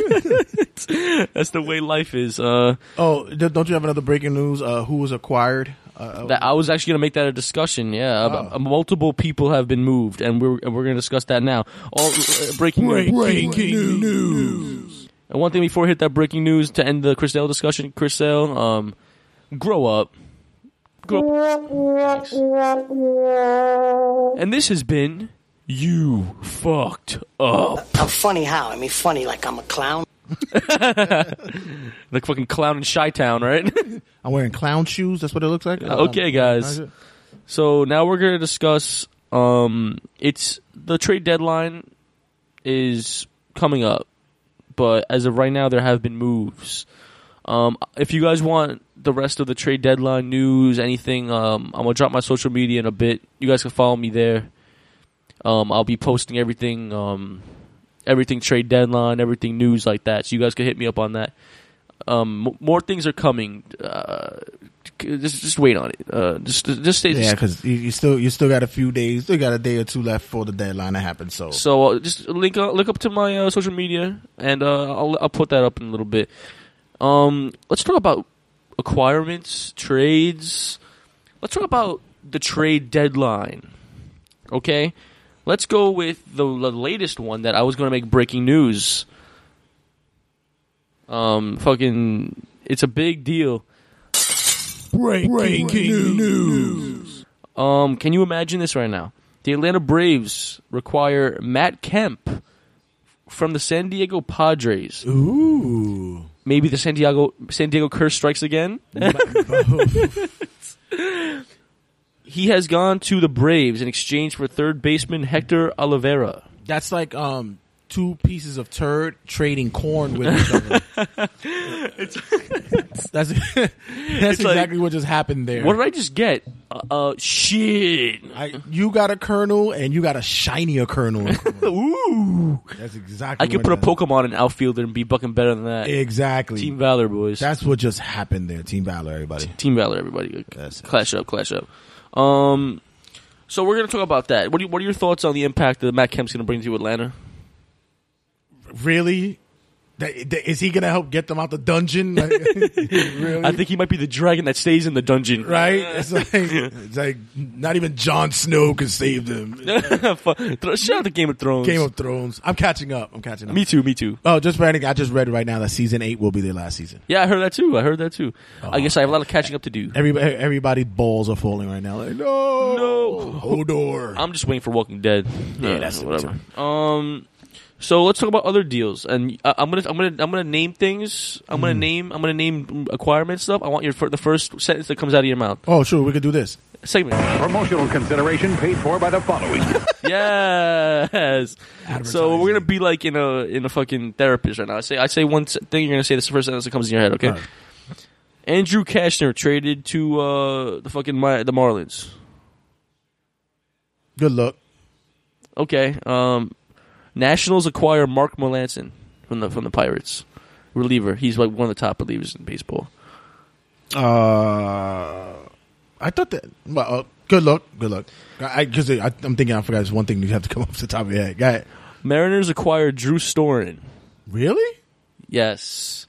that- that's the way life is. Uh, Oh, d- don't you have another breaking news? Uh, who was acquired? Uh, that I was actually going to make that a discussion. Yeah, Ah. ab- uh, multiple people have been moved, and we're and we're going to discuss that now. All uh, breaking news. Breaking news. And one thing before we hit that breaking news to end the Chris Sale discussion, Chris Sale, um, grow up. Grow up. And this has been You Fucked Up. I'm funny how? I mean, funny like I'm a clown. The fucking clown in Chi Town, right? I'm wearing clown shoes. That's what it looks like. Uh, Um, okay, guys. So now we're going to discuss um, it's the trade deadline is coming up, but as of right now, there have been moves. Um, if you guys want the rest of the trade deadline news, anything, um, I'm gonna drop my social media in a bit. You guys can follow me there. Um, I'll be posting everything, um, everything trade deadline, everything news like that. So you guys can hit me up on that. Um, m- more things are coming. Uh, c- just just wait on it. Uh, just just stay. Yeah, just- because you, you still you still got a few days. Still got a day or two left for the deadline to happen. So, So uh, just link up, link up to my uh, social media, and uh, I'll I'll put that up in a little bit. Um, let's talk about acquirements, trades. Let's talk about the trade deadline. Okay, let's go with the, the latest one that I was going to make breaking news. Um, fucking, it's a big deal. Breaking, news. Um, can you imagine this right now? The Atlanta Braves require Matt Kemp from the San Diego Padres. ooh, Maybe the San Diego San Diego curse strikes again. he has gone to the Braves in exchange for third baseman Hector Oliveira. that's like um two pieces of turd trading corn with each other. that's that's like- exactly what just happened there. What did I just get? Uh, uh shit. I, you got a kernel and you got a shinier kernel. Ooh. That's exactly. I could put what a that- Pokemon in outfielder and be fucking better than that. Exactly. Team Valor, boys. That's what just happened there. Team Valor, everybody. Team Valor, everybody. That's it. clash up, clash up. Um, so we're gonna talk about that. What do you, what are your thoughts on the impact that Matt Kemp's gonna bring to Atlanta? Really? That, that, is he gonna help get them out the dungeon? Like, really? I think he might be the dragon that stays in the dungeon. right? It's like, it's like not even Jon Snow could save them. Fu- thro- Shout out to Game of Thrones. Game of Thrones. I'm catching up. I'm catching up. me too, me too. Oh, just for anything, I just read right now that season eight will be their last season. Yeah, I heard that too. I heard that too. I guess I have a lot Oh, of catching up to do. Everybody, everybody's balls are falling right now. Like, no, No. Hodor. I'm just waiting for Walking Dead. Yeah, Uh, that's the whatever. Um, so let's talk about other deals, and I, I'm gonna I'm gonna I'm gonna name things. I'm Hmm. gonna name I'm gonna name acquirement stuff. I want your fir- the first sentence that comes out of your mouth. Oh, sure, we could do this. segment. Promotional consideration paid for by the following. Yes. So we're gonna be like in a in a fucking therapist right now. I say I say one s- thing. You're gonna say this first sentence that comes in your head. Okay. Andrew Kashner traded to uh, the fucking Mi- the Marlins. Good luck. Okay. Um, Nationals acquire Mark Melanson from the from the Pirates. Reliever. He's like one of the top relievers in baseball. Uh, I thought that. Well, uh, good luck. Good luck. I because I, I'm thinking I forgot this one thing you have to come off the top of your head. Got it. Mariners acquire Drew Storen. Really? Yes.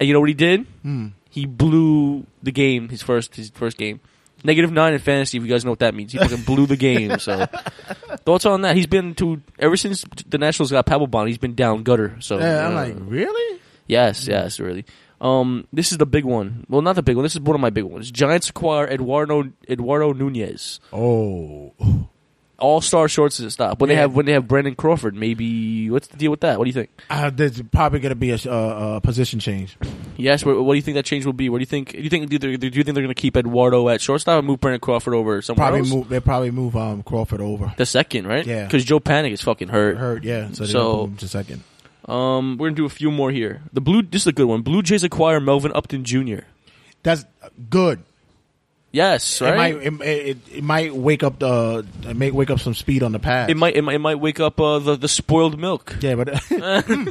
And you know what he did? Hmm. He blew the game. His first his first game. Negative nine in fantasy. If you guys know what that means, he fucking blew the game. So thoughts on that? He's been to ever since the Nationals got Pablo Bond. He's been down gutter. So Oh, Yeah, I'm uh, like, really? Yes, Mm. yes, really. Um, this is the big one. Well, not the big one. This is one of my big ones. Giants acquire Eduardo Eduardo Nunez, Oh, all star shorts at stop. When they have when they have Brandon Crawford, maybe what's the deal with that? What do you think? uh, there's probably gonna be a uh, uh, position change. Yes, what, what do you think that change will be? What do you think? Do you think do, they, do you think they're going to keep Eduardo at shortstop and move Brandon Crawford over somewhere Probably else? move. They probably move um Crawford over. the second, right? Yeah. because Joe Panic is fucking hurt. Hurt. Yeah. So So- they so, move him to second. Um, we're gonna do a few more here. The blue. This is a good one. Blue Jays acquire Melvin Upton Jr. That's uh, good. Yes, right. It might it, it, it might wake up the it may wake up some speed on the pass. It might it might, it might wake up uh, the the spoiled milk. Yeah, but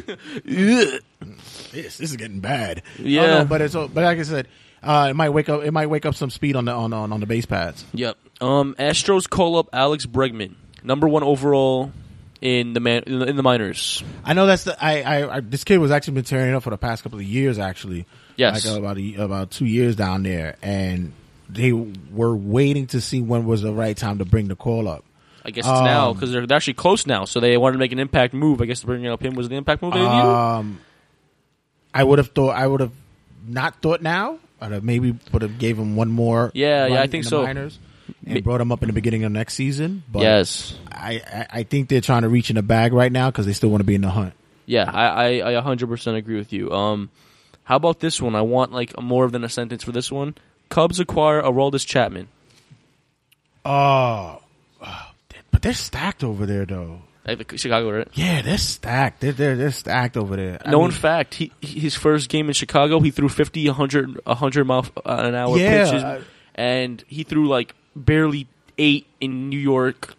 Ugh. this this is getting bad. Yeah. I don't know, but it's but like I said, uh, it might wake up it might wake up some speed on the on on, on the base pads. Yep. Um, Astros call up Alex Bregman, number one overall in the man in the, in the minors. I know that's the I, I I this kid was actually been tearing it up for the past couple of years actually. Yes. like uh, about a, about two years down there, and they were waiting to see when was the right time to bring the call up. I guess it's now now Um, because they're, they're actually close now, so they wanted to make an impact move. I guess bringing up him was the impact move they needed. Um, I would have thought. I would have not thought now. I'd have maybe would have gave him one more. Yeah, run yeah, I in think the so. Minors Mi- and brought him up in the beginning of next season. But Yes. I, I, I think they're trying to reach in the bag right now because they still want to be in the hunt. Yeah, I, I, I 100% agree with you. Um, how about this one? I want like more than a sentence for this one. Cubs acquire Aroldis Chapman. Oh, but they're stacked over there though. Like the Chicago, right? Yeah, they're stacked. They're they're, they're stacked over there. I Known mean, fact, he his first game in Chicago, he threw 50, 100, 100 mile f- uh, an hour Yeah, pitches, I- and he threw like barely eight in New York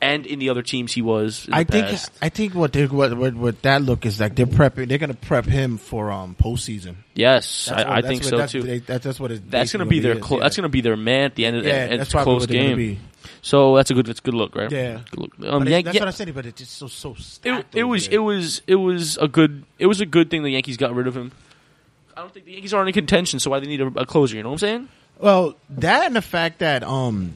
and in the other teams he was. In the I think past. I think what they what, what what that look is like they're prepping. They're gonna prep him for um postseason. yes, That's I, what- I that's think what- so that's, too. They, that's, that's what it, that's gonna basically be their what it is, clo- yeah. that's gonna be their man at the end of Yeah, at, at that's the probably close what they're gonna game. be. So that's a good. That's a good look, right? Yeah. Good look. Um, But it- Yan- that's yeah, what I said. But it's just so so. it, stacked it over was there. it was it was a good it was a good thing the Yankees got rid of him. I don't think the Yankees are in contention, so why they need a, a closer? You know what I'm saying? well that and the fact that um,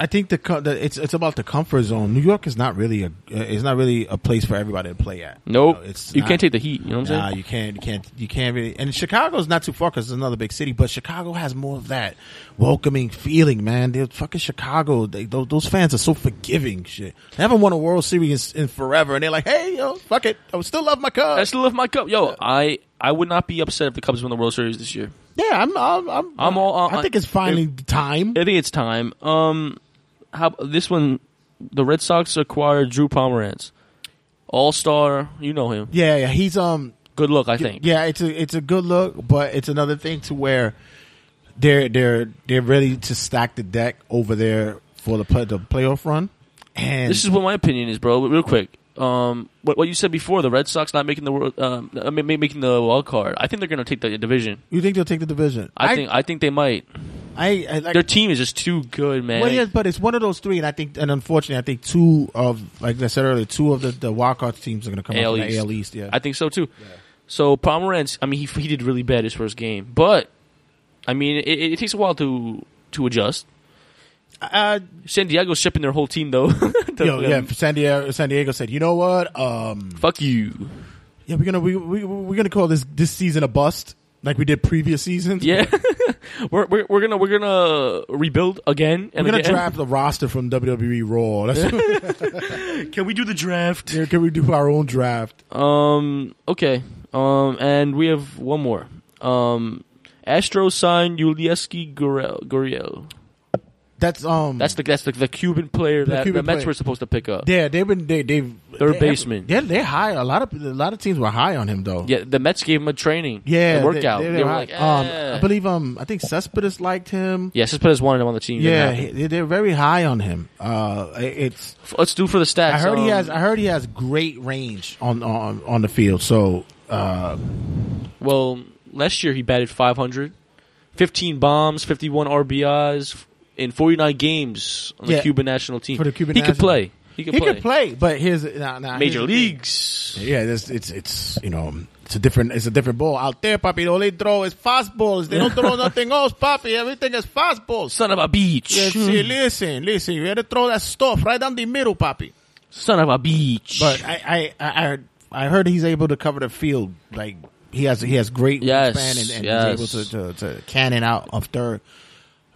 I think the, co- the it's it's about the comfort zone. New York is not really a uh, it's not really a place for everybody to play at. Nope. You, know, it's you not- can't take the heat. You know what I'm Nah, saying? you can't, you can't, you can't really. And Chicago's not too far because it's another big city, but Chicago has more of that welcoming feeling, man. They're fucking Chicago. They, those, those fans are so forgiving. Shit, they haven't won a World Series in, in forever, and they're like, hey, yo, fuck it, I still love my I Cubs. still love my cup. Yo, I I would not be upset if the Cubs win the World Series this year. Yeah, I'm, I'm, I'm, I'm all- uh, I think it's finally time. I think it's time. Um, how this one? The Red Sox acquired Drew Pomeranz, All Star. You know him. yeah, yeah, he's um, Good look, I think. Yeah, it's a it's a good look, but it's another thing to where they're they're they're ready to stack the deck over there for the play, the playoff run. And This is what my opinion is, bro. Real quick. Um, what, what you said before, the Red Sox not making the world, um, uh, ma- ma- making the wild card. I think they're going to take the division. you think they'll take the division? I, think I think they might. I, I like, Their team is just too good, man. well, yes, but it's one of those three, and I think, and unfortunately, I think two of, like I said earlier, two of the the wild card teams are going to come AL out from the East. AL East. Yeah, I think so too. So Pomerantz, I mean, he he did really bad his first game, but I mean, it, it takes a while to to adjust. uh, San Diego's shipping their whole team though. To- yo, yeah. San Diego, San Diego said, you know what? Um, Fuck you. yeah, we're gonna we, we we're gonna call this this season a bust, like we did previous seasons. Yeah, we're, we're we're gonna we're gonna rebuild again and We're gonna again. draft the roster from WWE Raw. That's, Can we do the draft? can we do our own draft? Um. Okay. Um. And we have one more. Um. Astro sign Ulieski Gurriel. Gurriel. That's um. That's the that's the, the Cuban player that Cuban the Mets player. were supposed to pick up. yeah. They've been they they've Third they- baseman. Yeah, they're high. A lot of a lot of teams were high on him though. Yeah, the Mets gave him a training. yeah. a they- workout. they- They, they were high. like, um, "Eh." I believe um, I think Cespedes liked him. yeah, Cespedes wanted him on the team. Didn't Yeah, happen. he- they're very high on him. Uh, it- it's F- let's do for the stats. I heard he um, has I heard he has great range on on on the field. So uh, Well, last year he batted 500, 15 bombs, 51 RBIs f- in 49 games on the Yeah. Cuban national team. For the Cuban he could national- play. He could he play. could play, but here's nah, nah, here's Major the thing. leagues. Yeah, it's, it's it's you know it's a different it's a different ball out there, papi. All they throw is fastballs. They don't throw nothing else, papi. Everything is fastballs. Son of a beach. Yeah, see, listen, listen. You gotta throw that stuff right down the middle, papi. Son of a beach. But I I I heard, I heard he's able to cover the field like he has he has great Yes, span and, and yes. he's able to, to to cannon out of third.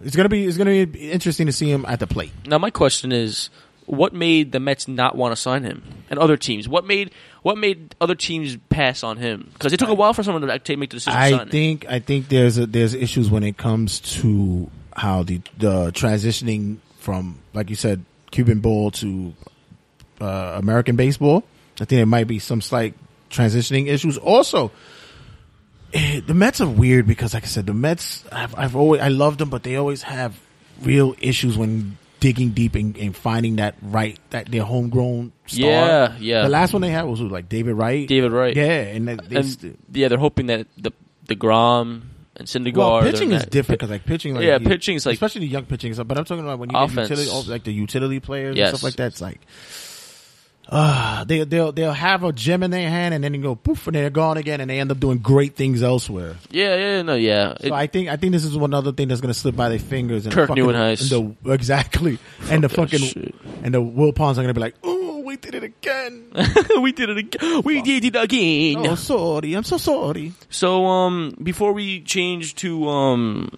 It's gonna be it's gonna be interesting to see him at the plate. now my question is, what made the Mets not want to sign him and other teams? What made what made other teams pass on him? Because it took a while for someone to actually make the decision. to sign I him. think I think there's a, there's issues when it comes to how the the transitioning from like you said Cuban ball to uh, American baseball. I think there might be some slight transitioning issues. Also, eh, the Mets are weird because, like I said, the Mets I've, I've always I loved them, but they always have real issues when digging deep and, and finding that right that their homegrown star. Yeah, yeah. The last one they had was who, like David Wright. David Wright. Yeah, and they, they And, st- yeah, they're hoping that the the Grom and Syndergaard. well, they're pitching is not- different because like pitching, like Yeah, you- pitching's like- especially the young pitching. is- But I'm talking about when you Offense. get utility, oh, like the utility players Yes. and stuff like that. It's like uh, they they'll they'll have a gem in their hand and then they go poof and they're gone again and they end up doing great things elsewhere. Yeah, yeah, no, yeah. It- So I think I think this is one other thing that's gonna slip by their fingers. And Kirk fucking, Neuenhuis. and the, exactly, and the that fucking shit. and the Will Ponds are gonna be like, oh, we did it again. we did it again. We did it again. oh, sorry, I'm so sorry. So, um, before we change to um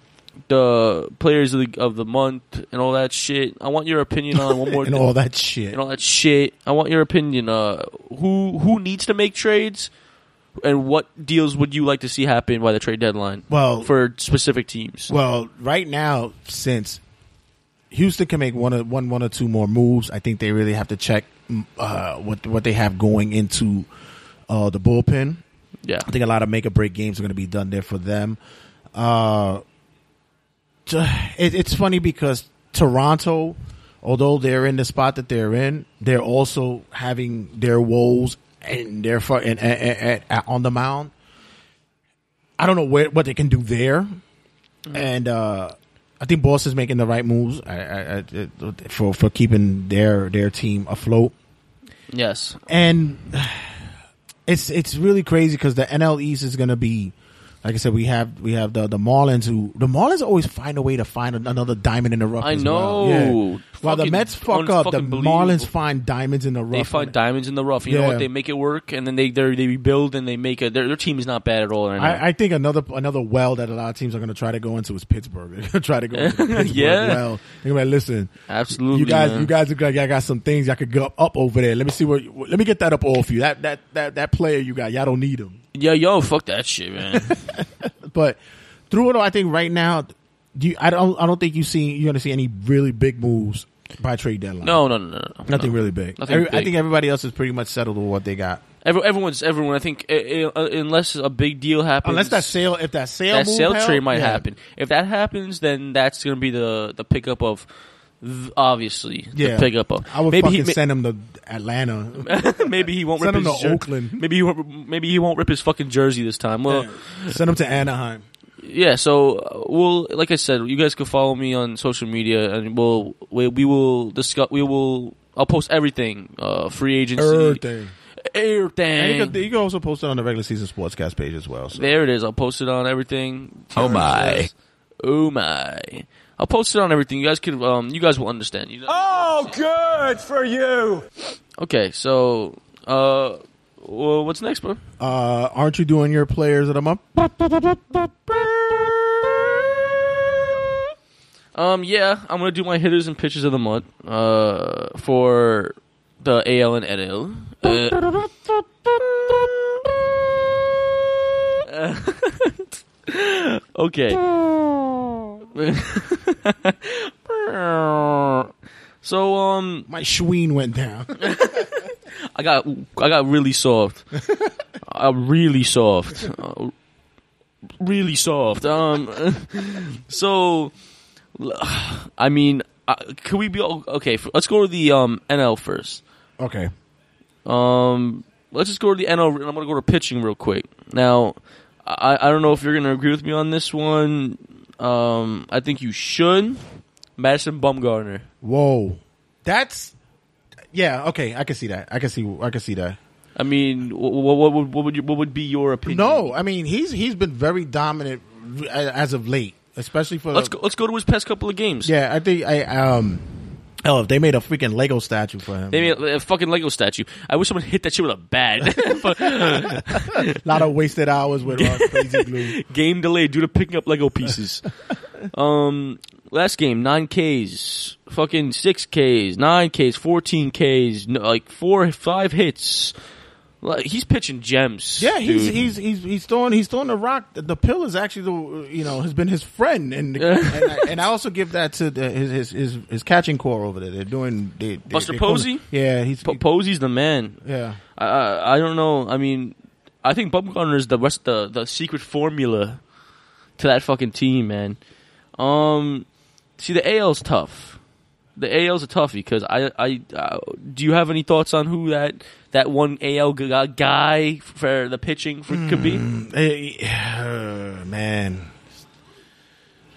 the players of the of the month and all that shit, I want your opinion on one more and thing- all that shit. and all that shit. I want your opinion. Uh, who who needs to make trades, and what deals would you like to see happen by the trade deadline? Well- for specific teams. Well, right now, since Houston can make one or one one or two more moves, I think they really have to check mm, uh, what what they have going into uh, the bullpen. yeah, I think a lot of make or break games are going to be done there for them. Uh, t- it, it's funny because Toronto, although they're in the spot that they're in, they're also having their woes and their fu- and, and, and, and on the mound. I don't know where, what they can do there, and uh, I think Boston's making the right moves I, I, I, for for keeping their their team afloat yes, and it's it's really crazy because the NL East is gonna be, like I said, we have we have the the Marlins who the Marlins always find a way to find an- another diamond in the rough. I as know. Well. Yeah. While the Fucking Mets fuck up, the unfucking Marlins believable. find diamonds in the rough. They find diamonds in the rough. You know Yeah. what? They make it work, and then they they're- they rebuild and they make a. Their, their team is not bad at all right now. I, I think another another well that a lot of teams are going to try to go into is Pittsburgh. They're going to try to go into the Pittsburgh Yeah. well. They're going to listen. Absolutely, You guys, man. you guys look like I got some things y'all could go up over there. Let me see what. Let me get that up off you. That that that that player you got, y'all don't need him. Yo, yo, fuck that shit, man. But through it all, I think right now, do you, I don't I don't think you see you're gonna see any really big moves by trade deadline. No, no, no, no, no. nothing no. really big. Nothing Every- I big. think everybody else is pretty much settled with what they got, Every, everyone's everyone. I think uh, uh, unless a big deal happens, unless that sale if that sale that move sale held, trade might yeah. happen. If that happens, then that's going to be the the pickup of th- obviously Yeah, the pickup of. I would maybe fucking he, send him to Atlanta. ma- maybe he won't send rip him his to jer- Oakland. Maybe he won't, maybe he won't rip his fucking jersey this time. Well, send him to Anaheim. yeah so uh, we'll like i said you guys can follow me on social media and we'll we, we will discuss we will i'll post everything uh free agency Everything. And you everything can, you can also post it on the regular season sportscast page as well. So. there it is i'll post it on everything Oh my. oh my i'll post it on everything you guys could um you guys will understand you Oh, good for you. okay so uh well, what's next bro Uh, aren't you doing your players of the month? Um, yeah, I'm gonna do my hitters and pitches of the month. Uh, for the AL and NL. Uh, Uh, okay. So um, my schween went down. I got I got really soft. I really soft. Uh, really soft. Um so I mean, uh, could we be all, okay, f- let's go to the um NL first. Okay. Um let's just go to the NL and I'm going to go to pitching real quick. Now, I I don't know if you're going to agree with me on this one. Um I think you should Madison Bumgarner. Whoa, that's yeah. Okay, I can see that. I can see. I can see that. I mean, what what would what would you, what would be your opinion? No, I mean he's he's been very dominant a- as of late, especially for Let's go, let's go to his past couple of games. Yeah, I think I um. Oh, if they made a freaking Lego statue for him, They made a, a fucking Lego statue. I wish someone hit that shit with a bat. a lot of wasted hours with all crazy glue. game delay due to picking up Lego pieces. um, last game nine Ks, fucking six Ks, nine Ks, fourteen Ks, no, like four five hits. Like, he's pitching gems. Yeah, he's dude. he's he's he's throwing he's throwing the rock. The, the pill is actually the you know has been his friend, and and, I, and I also give that to the, his, his his his catching core over there. They're doing they, they, Buster they calling- Posey? Yeah, he's Po- Posey's the man. yeah. I, I I don't know. I mean, I think Bumgarner is the rest the the secret formula to that fucking team, man. Um, see, the AL's tough. The AL's a toughie because I I uh, do you have any thoughts on who that that one AL g- g- guy for the pitching for, could be? Eh, eh, man.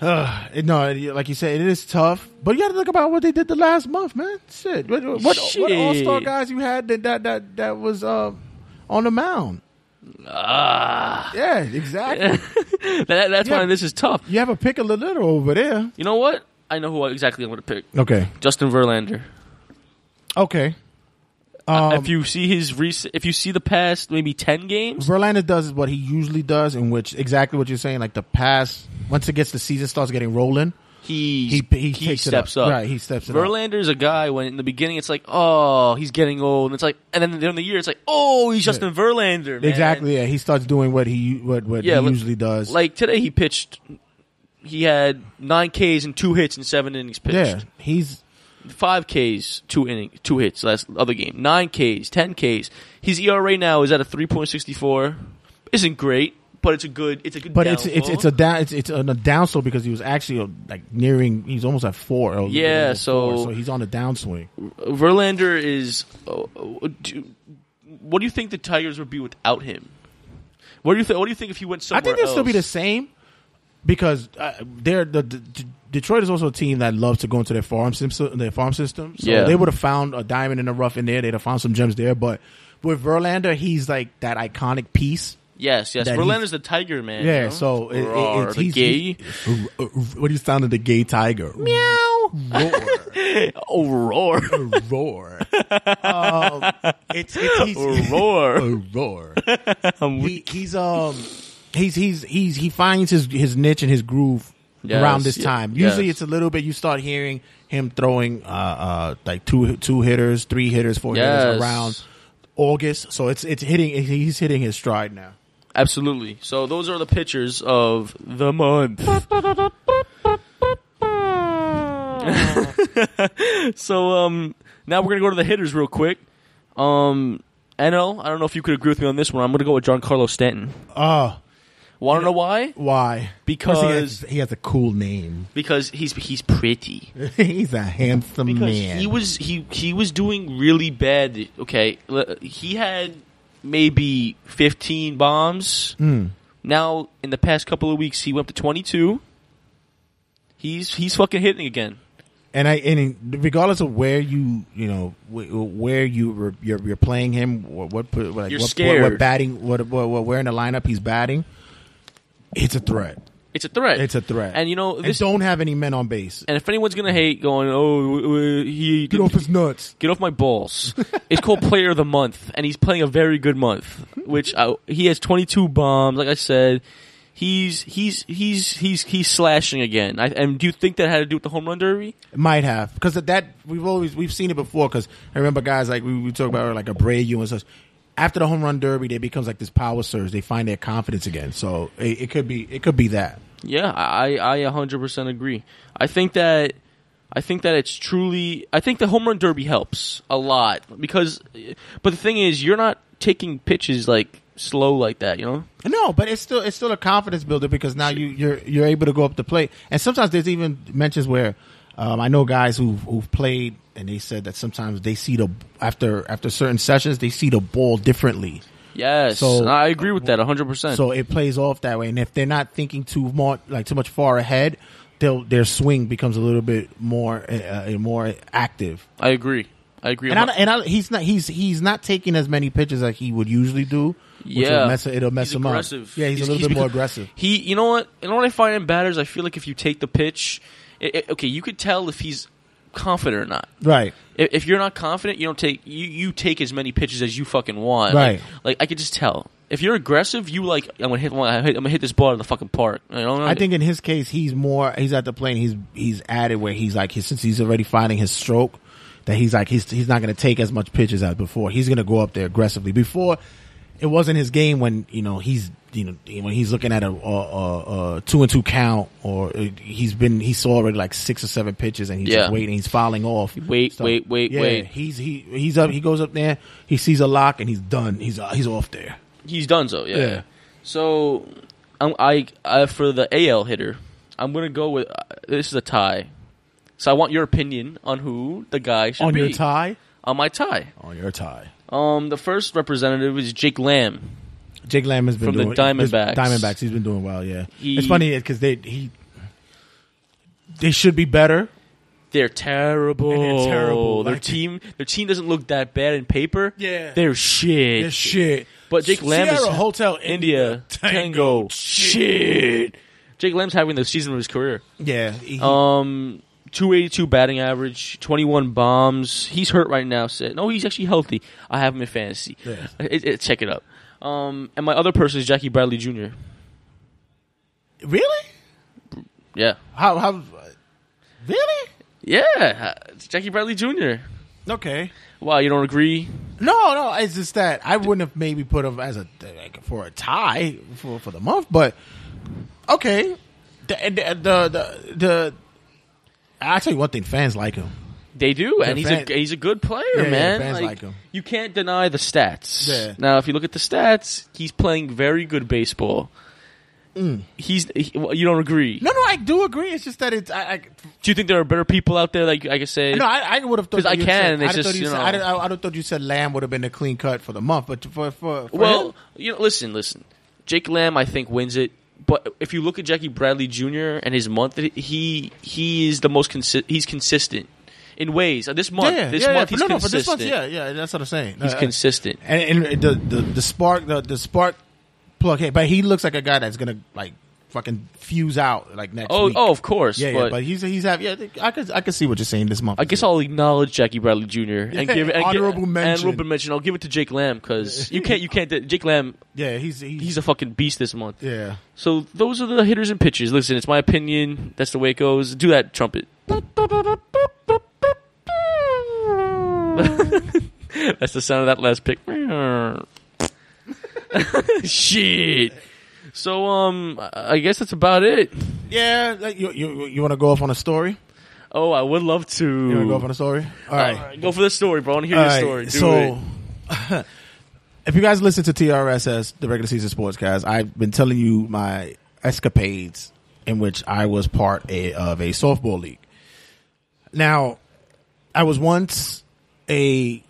Ugh, it- no, it- like you said, it is tough. But you got to look about what they did the last month, man. Shit, what what, what Shit. all star guys you had that that that, that was uh, on the mound? Ah, Yeah, exactly. that, that's why Yeah. this is tough. you have a pick a little over there. You know what? I know who I, exactly I'm going to pick. Okay, Justin Verlander. okay. if you see his recent, if you see the past maybe ten games, Verlander does what he usually does, in which exactly what you're saying. Like the pass, once it gets the season starts getting rolling, he He- he takes it steps up. up. Right, he steps it up. Verlander's a guy when in the beginning it's like, oh, he's getting old, and it's like, and then during the year it's like, oh, he's Justin Verlander. man. exactly. Yeah, he starts doing what he what what Yeah, he like- usually does. Like today, he pitched. He had nine Ks and two hits in seven innings yeah, pitched. he's Five Ks, two innings, two hits last other game. Nine Ks, ten Ks. His ERA now is at a three point sixty four. Isn't great, but it's a good. It's a good. But it's it's downfall. it's a down it's it's on a downslope because he was actually uh, like nearing he's almost at four. Or Yeah, or four, so- so he's on a downswing. Verlander is. oh, oh, do, what do you think the Tigers would be without him? What do you think? What do you think if he went I somewhere? think they'll still be the else? same because uh, they're the, the, D- Detroit is also a team that loves to go into their farm system. Their farm system, so Yeah. they would have found a diamond in the rough in there. They'd have found some gems there. But with Verlander, he's like that iconic piece. Yes, yes. that Verlander's the Tiger man. Yeah, you know? so it, it, Roar, it's the he's, gay. he's- uh, uh, what do you sound of the gay tiger? Meow. Roar. Oh, roar, roar. um, it's, it's he's, roar. a roar. he, he's um he's he's he's he finds his his niche and his groove Yes, around this ye- time. Usually yes. it's a little bit you start hearing him throwing uh uh like two two hitters, three hitters, four Yes. hitters around August. So it's it's hitting he's hitting his stride now. Absolutely. So those are the pictures of the month. so um, now we're gonna go to the hitters real quick. Um, NL. I don't know if you could agree with me on this one. I'm gonna go with John Carlos Stanton. Oh, Want to know why? why? Because- he has, he has a cool name. Because he's he's pretty. he's a handsome because man. he was he he was doing really bad. Okay, L- he had maybe 15 bombs. Hmm. Now in the past couple of weeks, he went up to 22. He's he's fucking hitting again. and I and in- regardless of where you you know wh- where you were, you're, you're playing him, what what put- like, You're what, scared. What, what batting, what, what, what where in the lineup he's batting, it's a threat. It's a threat. It's a threat. And you know They this. And, don't have any men on base. if anyone's gonna hate going, oh w- w- he Get off his nuts. get off my balls. it's called Player of the Month, and he's playing a very good month. Which I, he has 22 bombs. Like I said, he's he's he's he's he's slashing again. I, and do you think that had to do with the home run derby? Might have because that we've always we've seen it before. Because I remember guys like we, we talk about like Abreu and such. After the home run derby, they becomes like this power surge. They find their confidence again. So it, it could be it could be that. Yeah, I I 100% agree. I think that I think that it's truly. I think the home run derby helps a lot because. But the thing is, you're not taking pitches like slow like that. You know. No, but it's still it's still a confidence builder because now you you're you're able to go up the plate, and sometimes there's even mentions where um, I know guys who who've played and they said that sometimes they see the after after certain sessions they see the ball differently. Yes, So- I agree with that 100. percent So it plays off that way, and if they're not thinking too much, like too much far ahead, they'll, their swing becomes a little bit more, uh, uh, more active. I agree. I agree. And, I'm I, not- and I, he's not he's he's not taking as many pitches like he would usually do. Which Yeah. will mess, it'll mess He's him aggressive. up. Yeah, he's, He's- a he's little bit more becau- aggressive. He, you know what? You know what I find in batters? I feel like if you take the pitch, it, it- okay, you could tell if he's confident or not. Right. If, if you're not confident, you don't take you, you take as many pitches as you fucking want. Right. Like, like, I could just tell. If you're aggressive, you like I'm gonna hit one. I'm gonna hit this ball in the fucking park. You know? I think in his case, he's more he's at the plane. He's he's at it where he's like his, since he's already finding his stroke that he's like he's he's not going to take as much pitches as before. He's going to go up there aggressively. Before it wasn't his game when you know he's you know when he's looking at a, a, a, a two and two count or uh, he's been he saw already like six or seven pitches and he's Yeah. just waiting. He's fouling off. Wait, Stuff. wait, wait, Yeah, wait. He's he he's up. He goes up there. He sees a lock and he's done. He's uh, he's off there. He's done so. Yeah. Yeah. So, I'm, I, I for the AL hitter, I'm gonna go with uh, this is a tie. So I want your opinion on who the guy should On be. your tie? On my tie. On your tie. Um, the first representative is Jake Lamb. Jake Lamb has been From the doing, Diamondbacks. Diamondbacks, he's been doing well. Yeah, He- it's funny because they he they should be better. They're terrible. They're terrible. Their Like- team, their team doesn't look that bad in paper. Yeah. they're shit. They're shit. But Jake Lamb is Sierra Hotel India Tango shit. Jake Lamb's having the season of his career. Yeah, he- Um, 282 batting average, 21 bombs. He's hurt right now. Sid. No, he's actually healthy. I have him in fantasy. Yeah. It- it- check it up. Um, and my other person is Jackie Bradley Jr. really? Yeah. How how really? Yeah. It's Jackie Bradley Jr. Okay. Wow, you don't agree? No, no, it's just that I wouldn't have maybe put him as a like, for a tie for for the month, but okay. The the the, the, the I tell you one thing, fans like him. They do, Yeah, and he's fan- a he's a good player, Yeah, yeah, man. fans like, like him. You can't deny the stats. Yeah. Now, if you look at the stats, he's playing very good baseball. He's he, well, you don't agree? Mm. No, no, I do agree. It's just that it's I, I Do you think there are better people out there? Like I could say, No, I, I would have thought 'Cause I you can, Said, and it's I'd have just, thought you said, know. I, didn't- I, I don't thought you said Lamb would have been a clean cut for the month, but for for, for well, him- you know, listen, listen. Jake Lamb, I think, wins it. But if you look at Jackie Bradley Jr. and his month, he he is the most consi- he's consistent in ways. Uh, This month, yeah, this yeah, month yeah. he's no, no, for consistent. this month, yeah, yeah, that's what I'm saying. He's Uh, consistent. and, and the, the the spark the the spark plug. Hey, but he looks like a guy that's gonna like fucking fuse out like next. Oh, week. oh, of course. yeah, yeah, but he's he's have yeah. I could I could see what you're saying this month. I guess I'll acknowledge Jackie Bradley Jr. and give it and gi- Honorable mention. honorable mention. I'll give it to Jake Lamb because you can't. You can't. Jake Lamb. yeah, he's he's, He's a fucking beast this month. yeah. So those are the hitters and pitchers. Listen, it's my opinion. That's the way it goes. Do that trumpet. That's the sound of that last pick. Shit. So um, I guess that's about it. Yeah, like, you you, you want to go off on a story? Oh, I would love to. You want to go off on a story? All right. All right, go for the story, bro. I want to hear your All story. right, Do so, it. if you guys listen to TRSS, the regular season sportscast, I've been telling you my escapades in which I was part a, of a softball league. Now, I was once a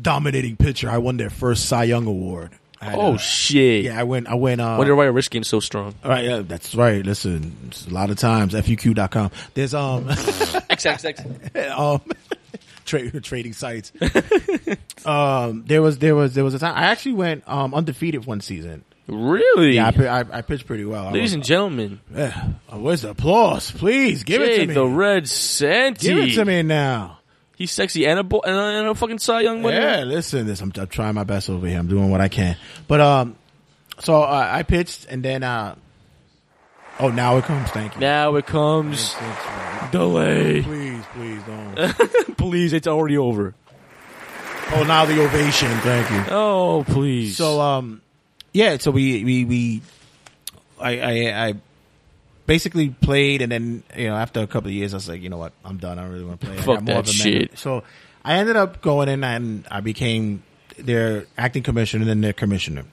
dominating pitcher. I won their first Cy Young award. I had, Oh uh, shit! yeah, I went. I went. Uh, Wonder why your risk game's so strong. all right, yeah, that's right. Listen, it's a lot of times fuq.com. There's um. XXX. um, tra- trading sites. um, there was there was there was a time I actually went um, undefeated one season. Really? Yeah, I, pi- I, I pitched pretty well. I Ladies was- and gentlemen, Yeah. Uh, where's the applause? Please give it Jay to me. the Red Santee. give it to me now. He's sexy and a bo- and a, and a fucking Cy Young winner. Yeah, listen, this I'm, I'm trying my best over here. I'm doing what I can. But um, so uh, I pitched and then uh, oh now it comes. Thank you. Now it comes delay. Please, please Uh, don't. Please, it's already over. oh, now the ovation. Thank you. Oh, please. uh, So um, yeah. So we we we I I, I basically played, and then you know after a couple of years, I was like, you know what, I'm done. I don't really want to play. I Fuck got more that of a shit. mental- So I ended up going in and I became their acting commissioner, and then their commissioner.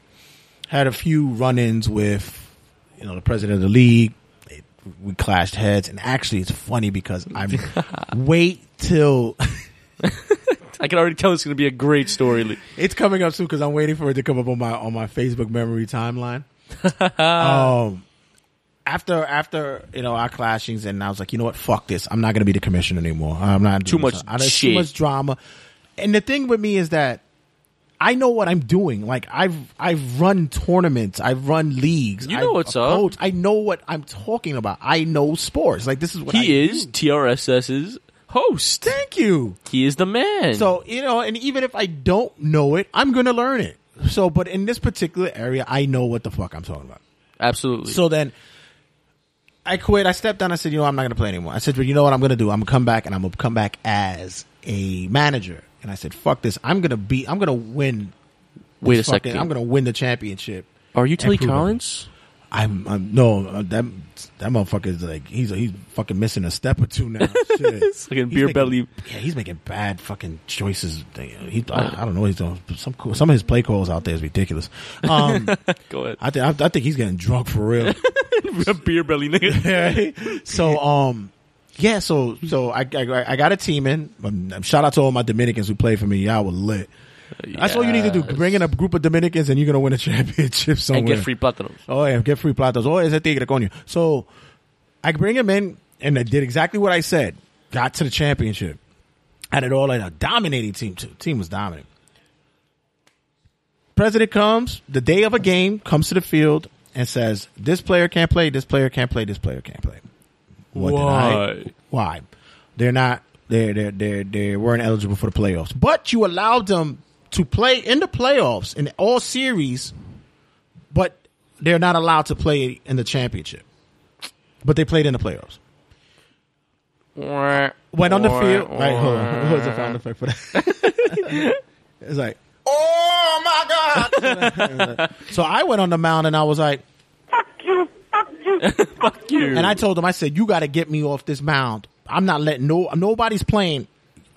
Had a few run-ins with you know the president of the league. It, we clashed heads, and actually, it's funny because I'm wait till. I can already tell it's going to be a great story. Lee. It's coming up soon because I'm waiting for it to come up on my on my Facebook memory timeline. um, after after you know our clashings, and I was like, you know what, fuck this. I'm not gonna be the commissioner anymore. I'm not Too doing much this. I- there's shit. Too much drama. And the thing with me is that I know what I'm doing. Like I've I've run tournaments, I've run leagues. You know I've what's up. approached- I know what I'm talking about. I know sports. Like this is what I He do. is TRSS's host. Thank you. He is the man. So you know, and even if I don't know it, I'm going to learn it. So, but in this particular area, I know what the fuck I'm talking about. absolutely. So then, I quit. I stepped down. I said, you know, I'm not going to play anymore. I said, but you know what I'm going to do? I'm going to come back, and I'm going to come back as a manager. And I said, fuck this. I'm going to be. I'm going to win. Wait a this fucking- second. I'm going to win the championship. Are you and Tilly prove it. Collins? I'm, I'm no uh, that that motherfucker's like he's he's fucking missing a step or two now. Shit. Fucking He's beer making- belly. Yeah, he's making bad fucking choices. He, Uh. I, I don't know. what He's doing some cool- some of his play calls out there is ridiculous. Um, Go ahead. I think I think he's getting drunk for real. beer belly nigga. Right? so um yeah so so I, I I got a team in Um, shout out to all my dominicans who played for me y'all were lit that's all you need to do bring in a group of dominicans and you're gonna win a championship somewhere and get free platinum. oh yeah get free platos oh ese tigre coño so I bring him in and I did exactly what I said got to the championship had it all in a dominating team too team was dominant president comes the day of a game comes to the field and says this player can't play this player can't play this player can't play what did I- Why? why they're not they they they they weren't eligible for the playoffs but you allowed them to play in the playoffs in all series but they're not allowed to play in the championship but they played in the playoffs went on the field right hold on What was the sound effect for that it's like oh my god so i went on the mound and i was like Fuck you. And I told him, I said, "You got to get me off this mound. I'm not letting no nobody's playing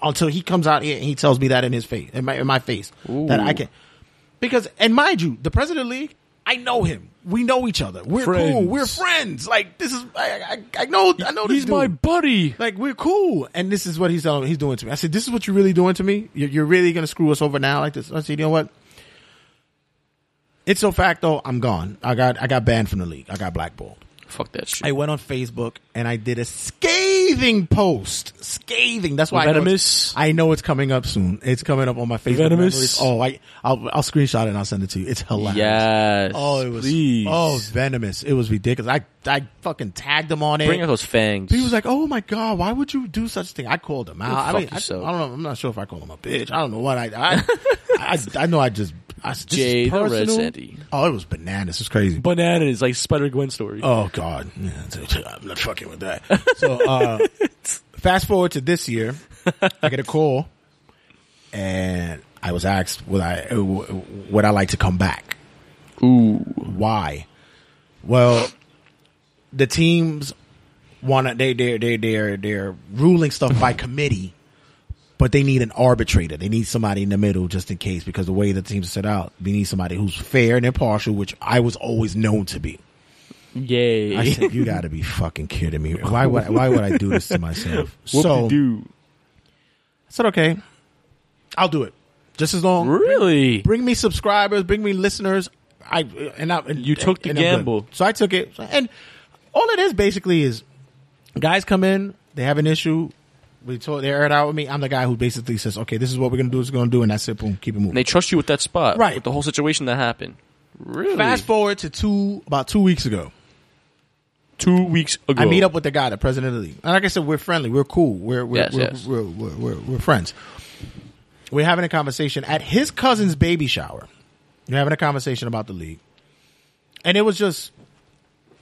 until he comes out here and he tells me that in his face, in my in my face, that I can." Because, and mind you, the president of the league, I know him. We know each other. We're cool. Friends. We're friends. Like this is, I, I, I know, I know this. He's my dude. buddy. Like we're cool, and this is what he's telling he's doing to me. I said, "This is what you're really doing to me. You're, you're really gonna screw us over now like this." I said, "You know what? It's so facto. I'm gone. I got I got banned from the league. I got blackballed. Fuck that shit. I went on Facebook and I did a scathing post. Scathing. That's why Venomous. I know, it's, I know it's coming up soon. It's coming up on my Facebook. Venomous. memories. Oh, I I'll, I'll screenshot it and I'll send it to you. It's hilarious. yes. Oh, it was. Please. Oh, venomous. It was ridiculous. I I fucking tagged him on it. Bring out those fangs. He was like, "Oh my god, why would you do such a thing?" I called him out. I, fuck mean, I, I yourself. don't know. I'm not sure if I called him a bitch. I don't know what I. I, I, I know. I just. I, this is Jay the Red personal. Sandy. Oh, it was bananas. It's crazy. bananas, like Spider Gwen story. Oh God, Yeah, I'm not fucking with that. So uh, fast forward to this year, I get a call, and I was asked would I uh, would I like to come back? Ooh, why? Well, the teams want to they they they they're they're ruling stuff by committee, but they need an arbitrator. They need somebody in the middle just in case because the way the teams are set out, they need somebody who's fair and impartial, which I was always known to be. Yay. I said, "You got to be fucking kidding me! Why would why would I do this to myself?" so I do. said, "Okay, I'll do it. Just as long Really? bring me subscribers, bring me listeners. I and I and, You took the and I'm good. gamble. so I took it. And all it is basically is guys come in, they have an issue. We told they air it out with me. I'm the guy who basically says, "Okay, this is what we're gonna do. This is gonna do," and that's it. Boom, keep it moving. And they trust you with that spot. Right. With the whole situation that happened. Really? Fast forward to two about two weeks ago. two weeks ago. I meet up with the guy, the president of the league. And like I said, we're friendly. We're cool. We're we're Yes, we're, yes. We're, we're, we're, we're friends. We're having a conversation at his cousin's baby shower. We're having a conversation about the league, and it was just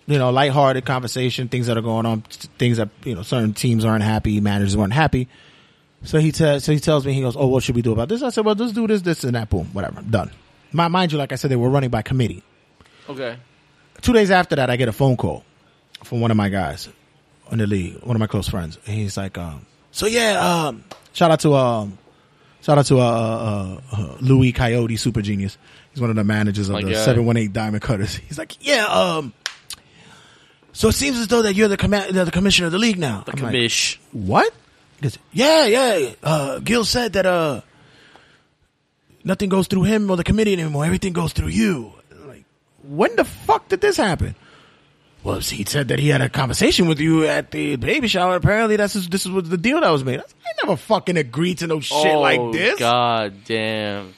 you know lighthearted conversation, things that are going on, things that you know certain teams aren't happy, managers aren't happy. So he tells so he tells me he goes, "Oh, what should we do about this?" I said, "Well, let's do this, this, and that." Boom, whatever, done. My, mind you, like I said, they were running by committee. Okay. Two days after that, I get a phone call from one of my guys in the league, one of my close friends. And he's like, um, so yeah, um, shout out to um, shout out to uh, uh, uh, Louis Coyote, super genius. He's one of the managers of My the guy. Seven One Eight Diamond Cutters. He's like, yeah, um, so it seems as though that you're the command, the commissioner of the league now. The commish. what? He goes, yeah, yeah. Uh, Gil said that uh, nothing goes through him or the committee anymore. Everything goes through you. Like, when the fuck did this happen? Well, he said that he had a conversation with you at the baby shower. Apparently, that's this is what the deal that was made. I never fucking agreed to no shit Oh, like this. God damn.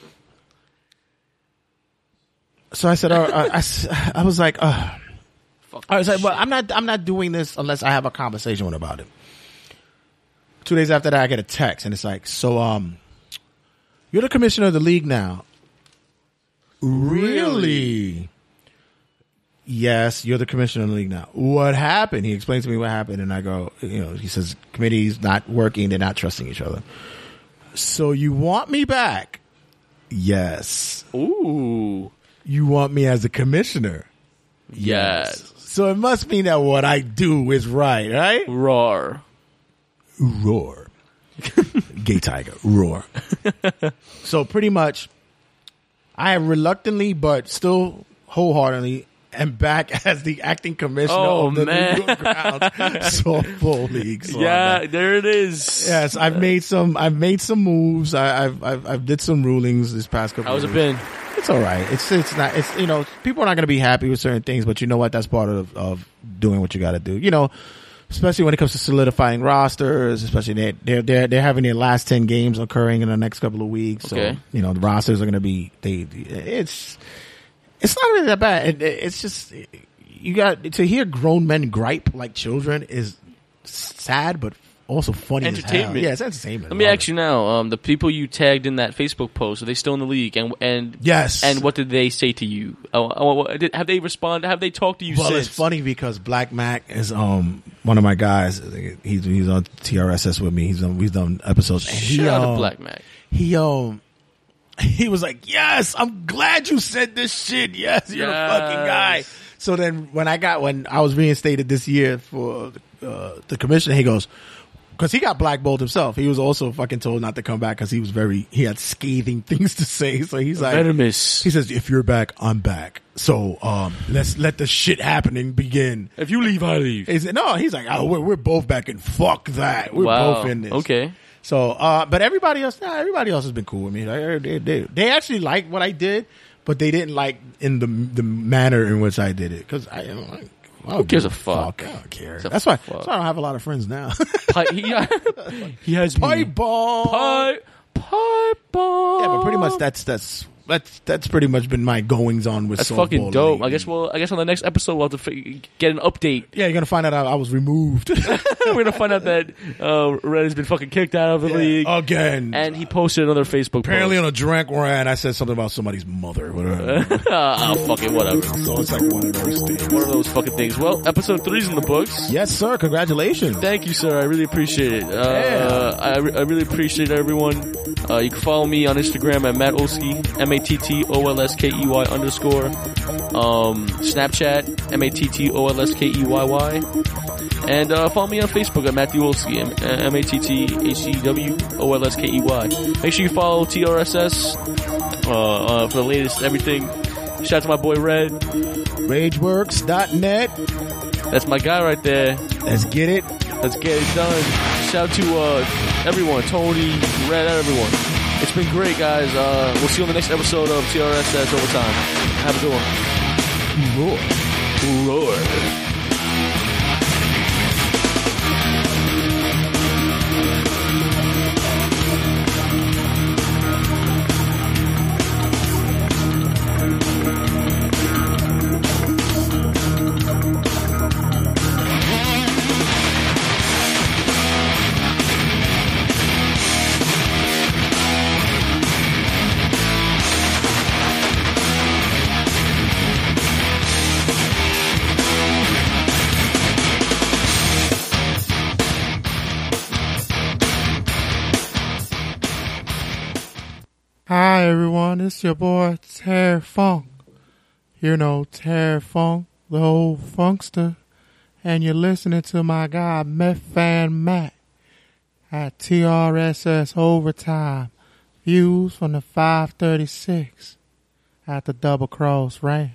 So I said, all right, I- I s- I was like, uh, I was like, well, I'm not, I'm not doing this unless I have a conversation with him about it. Two days after that, I get a text, and it's like, so, um, you're the commissioner of the league now. Really? Yes, you're the commissioner of the league now. What happened? He explains to me what happened, and I go, you know, he says committee's not working; they're not trusting each other. So you want me back? Yes. Ooh. You want me as a commissioner? Yes. So it must mean that what I do is right, right? Roar. Roar. Gay tiger. Roar. so pretty much, I have reluctantly, but still wholeheartedly, am back as the acting commissioner Oh, of the man. New York Grounds softball league. So I'm back. yeah, there it is. Yes, I've made some. I've made some moves. I, I've, I've I've did some rulings this past couple. How's of it weeks. been? It's all right. It's it's not. It's you know people are not going to be happy with certain things, but you know what? That's part of of doing what you got to do. You know, especially when it comes to solidifying rosters. Especially they they're they're, they're having their last ten games occurring in the next couple of weeks. Okay. So you know the rosters are going to be they. It's it's not really that bad. It, it- it's just you got to hear grown men gripe like children is sad, but also funny. as hell. Entertainment. Yeah, it's entertainment. Let me ask you now: um, the people you tagged in that Facebook post are they still in the league? And and Yes. And what did they say to you? Oh, oh, what- did, have they responded? Have they talked to you well, since? it's funny because Black Mac is um one of my guys. He's he's on TRSS with me. He's done we've done episodes. And he, Shout out to um, Black Mac. He um he was like, "Yes, I'm glad you said this shit. Yes, you're the fucking guy." So then when I got when I was reinstated this year for uh, the commissioner, he goes. Because he got blackballed himself. He was also fucking told not to come back because he was very, he had scathing things to say. So he's like, Venomous. He says, if you're back, I'm back. So, um, let's let the shit happening begin. If you leave, I leave. Is it, no, he's like, oh, we're, we're both back and fuck that. We're Wow. both in this. Okay. So, uh, but everybody else, nah, everybody else has been cool with me. Like, they, they, they actually liked what I did, but they didn't like in the the manner in which I did it. Because I, am like, I Who don't gives give a fuck? I don't care. Gives a That's why, fuck. that's why I don't have a lot of friends now. Pi- he, he has pipe bomb. Hmm. Pipe, pipe bomb. Yeah, but pretty much that's that's that's that's pretty much been my goings on with That's softball fucking dope. lately. I guess we'll. I guess on the next episode we'll have to fi- get an update. Yeah, you're gonna find out I, I was removed We're gonna find out that uh, Red has been fucking kicked out of the league again. and he posted another Facebook. Oh. Apparently, post. on a drink rant, I said something about somebody's mother. Whatever. oh, fucking whatever. so it's like one of those things. One of those fucking things. Well, episode three's in the books. Yes, sir. Congratulations. Thank you, sir. I really appreciate it. Uh, I, re- I really appreciate everyone. Uh, you can follow me on Instagram at Matt Olsky, M A T T O L S K E Y underscore. Um, Snapchat, M A T T O L S K E Y Y. And uh, follow me on Facebook at Matthew Olsky, M- uh, M A T T H E W O L S K E Y. Make sure you follow TRSS uh, uh, for the latest everything. Shout out to my boy Red. Rageworks.net. That's my guy right there. Let's get it. Let's get it done. Shout out to uh, everyone, Tony, Red, everyone. It's been great, guys. Uh, we'll see you on the next episode of TRSS Overtime. Have a good one. Roar. Roar. Hi, everyone. It's your boy, Terry Funk. You know, Terry Funk, the old funkster. and you're listening to my guy Methfan Matt at TRSS Overtime. Views from the 536 at the Double Cross Range.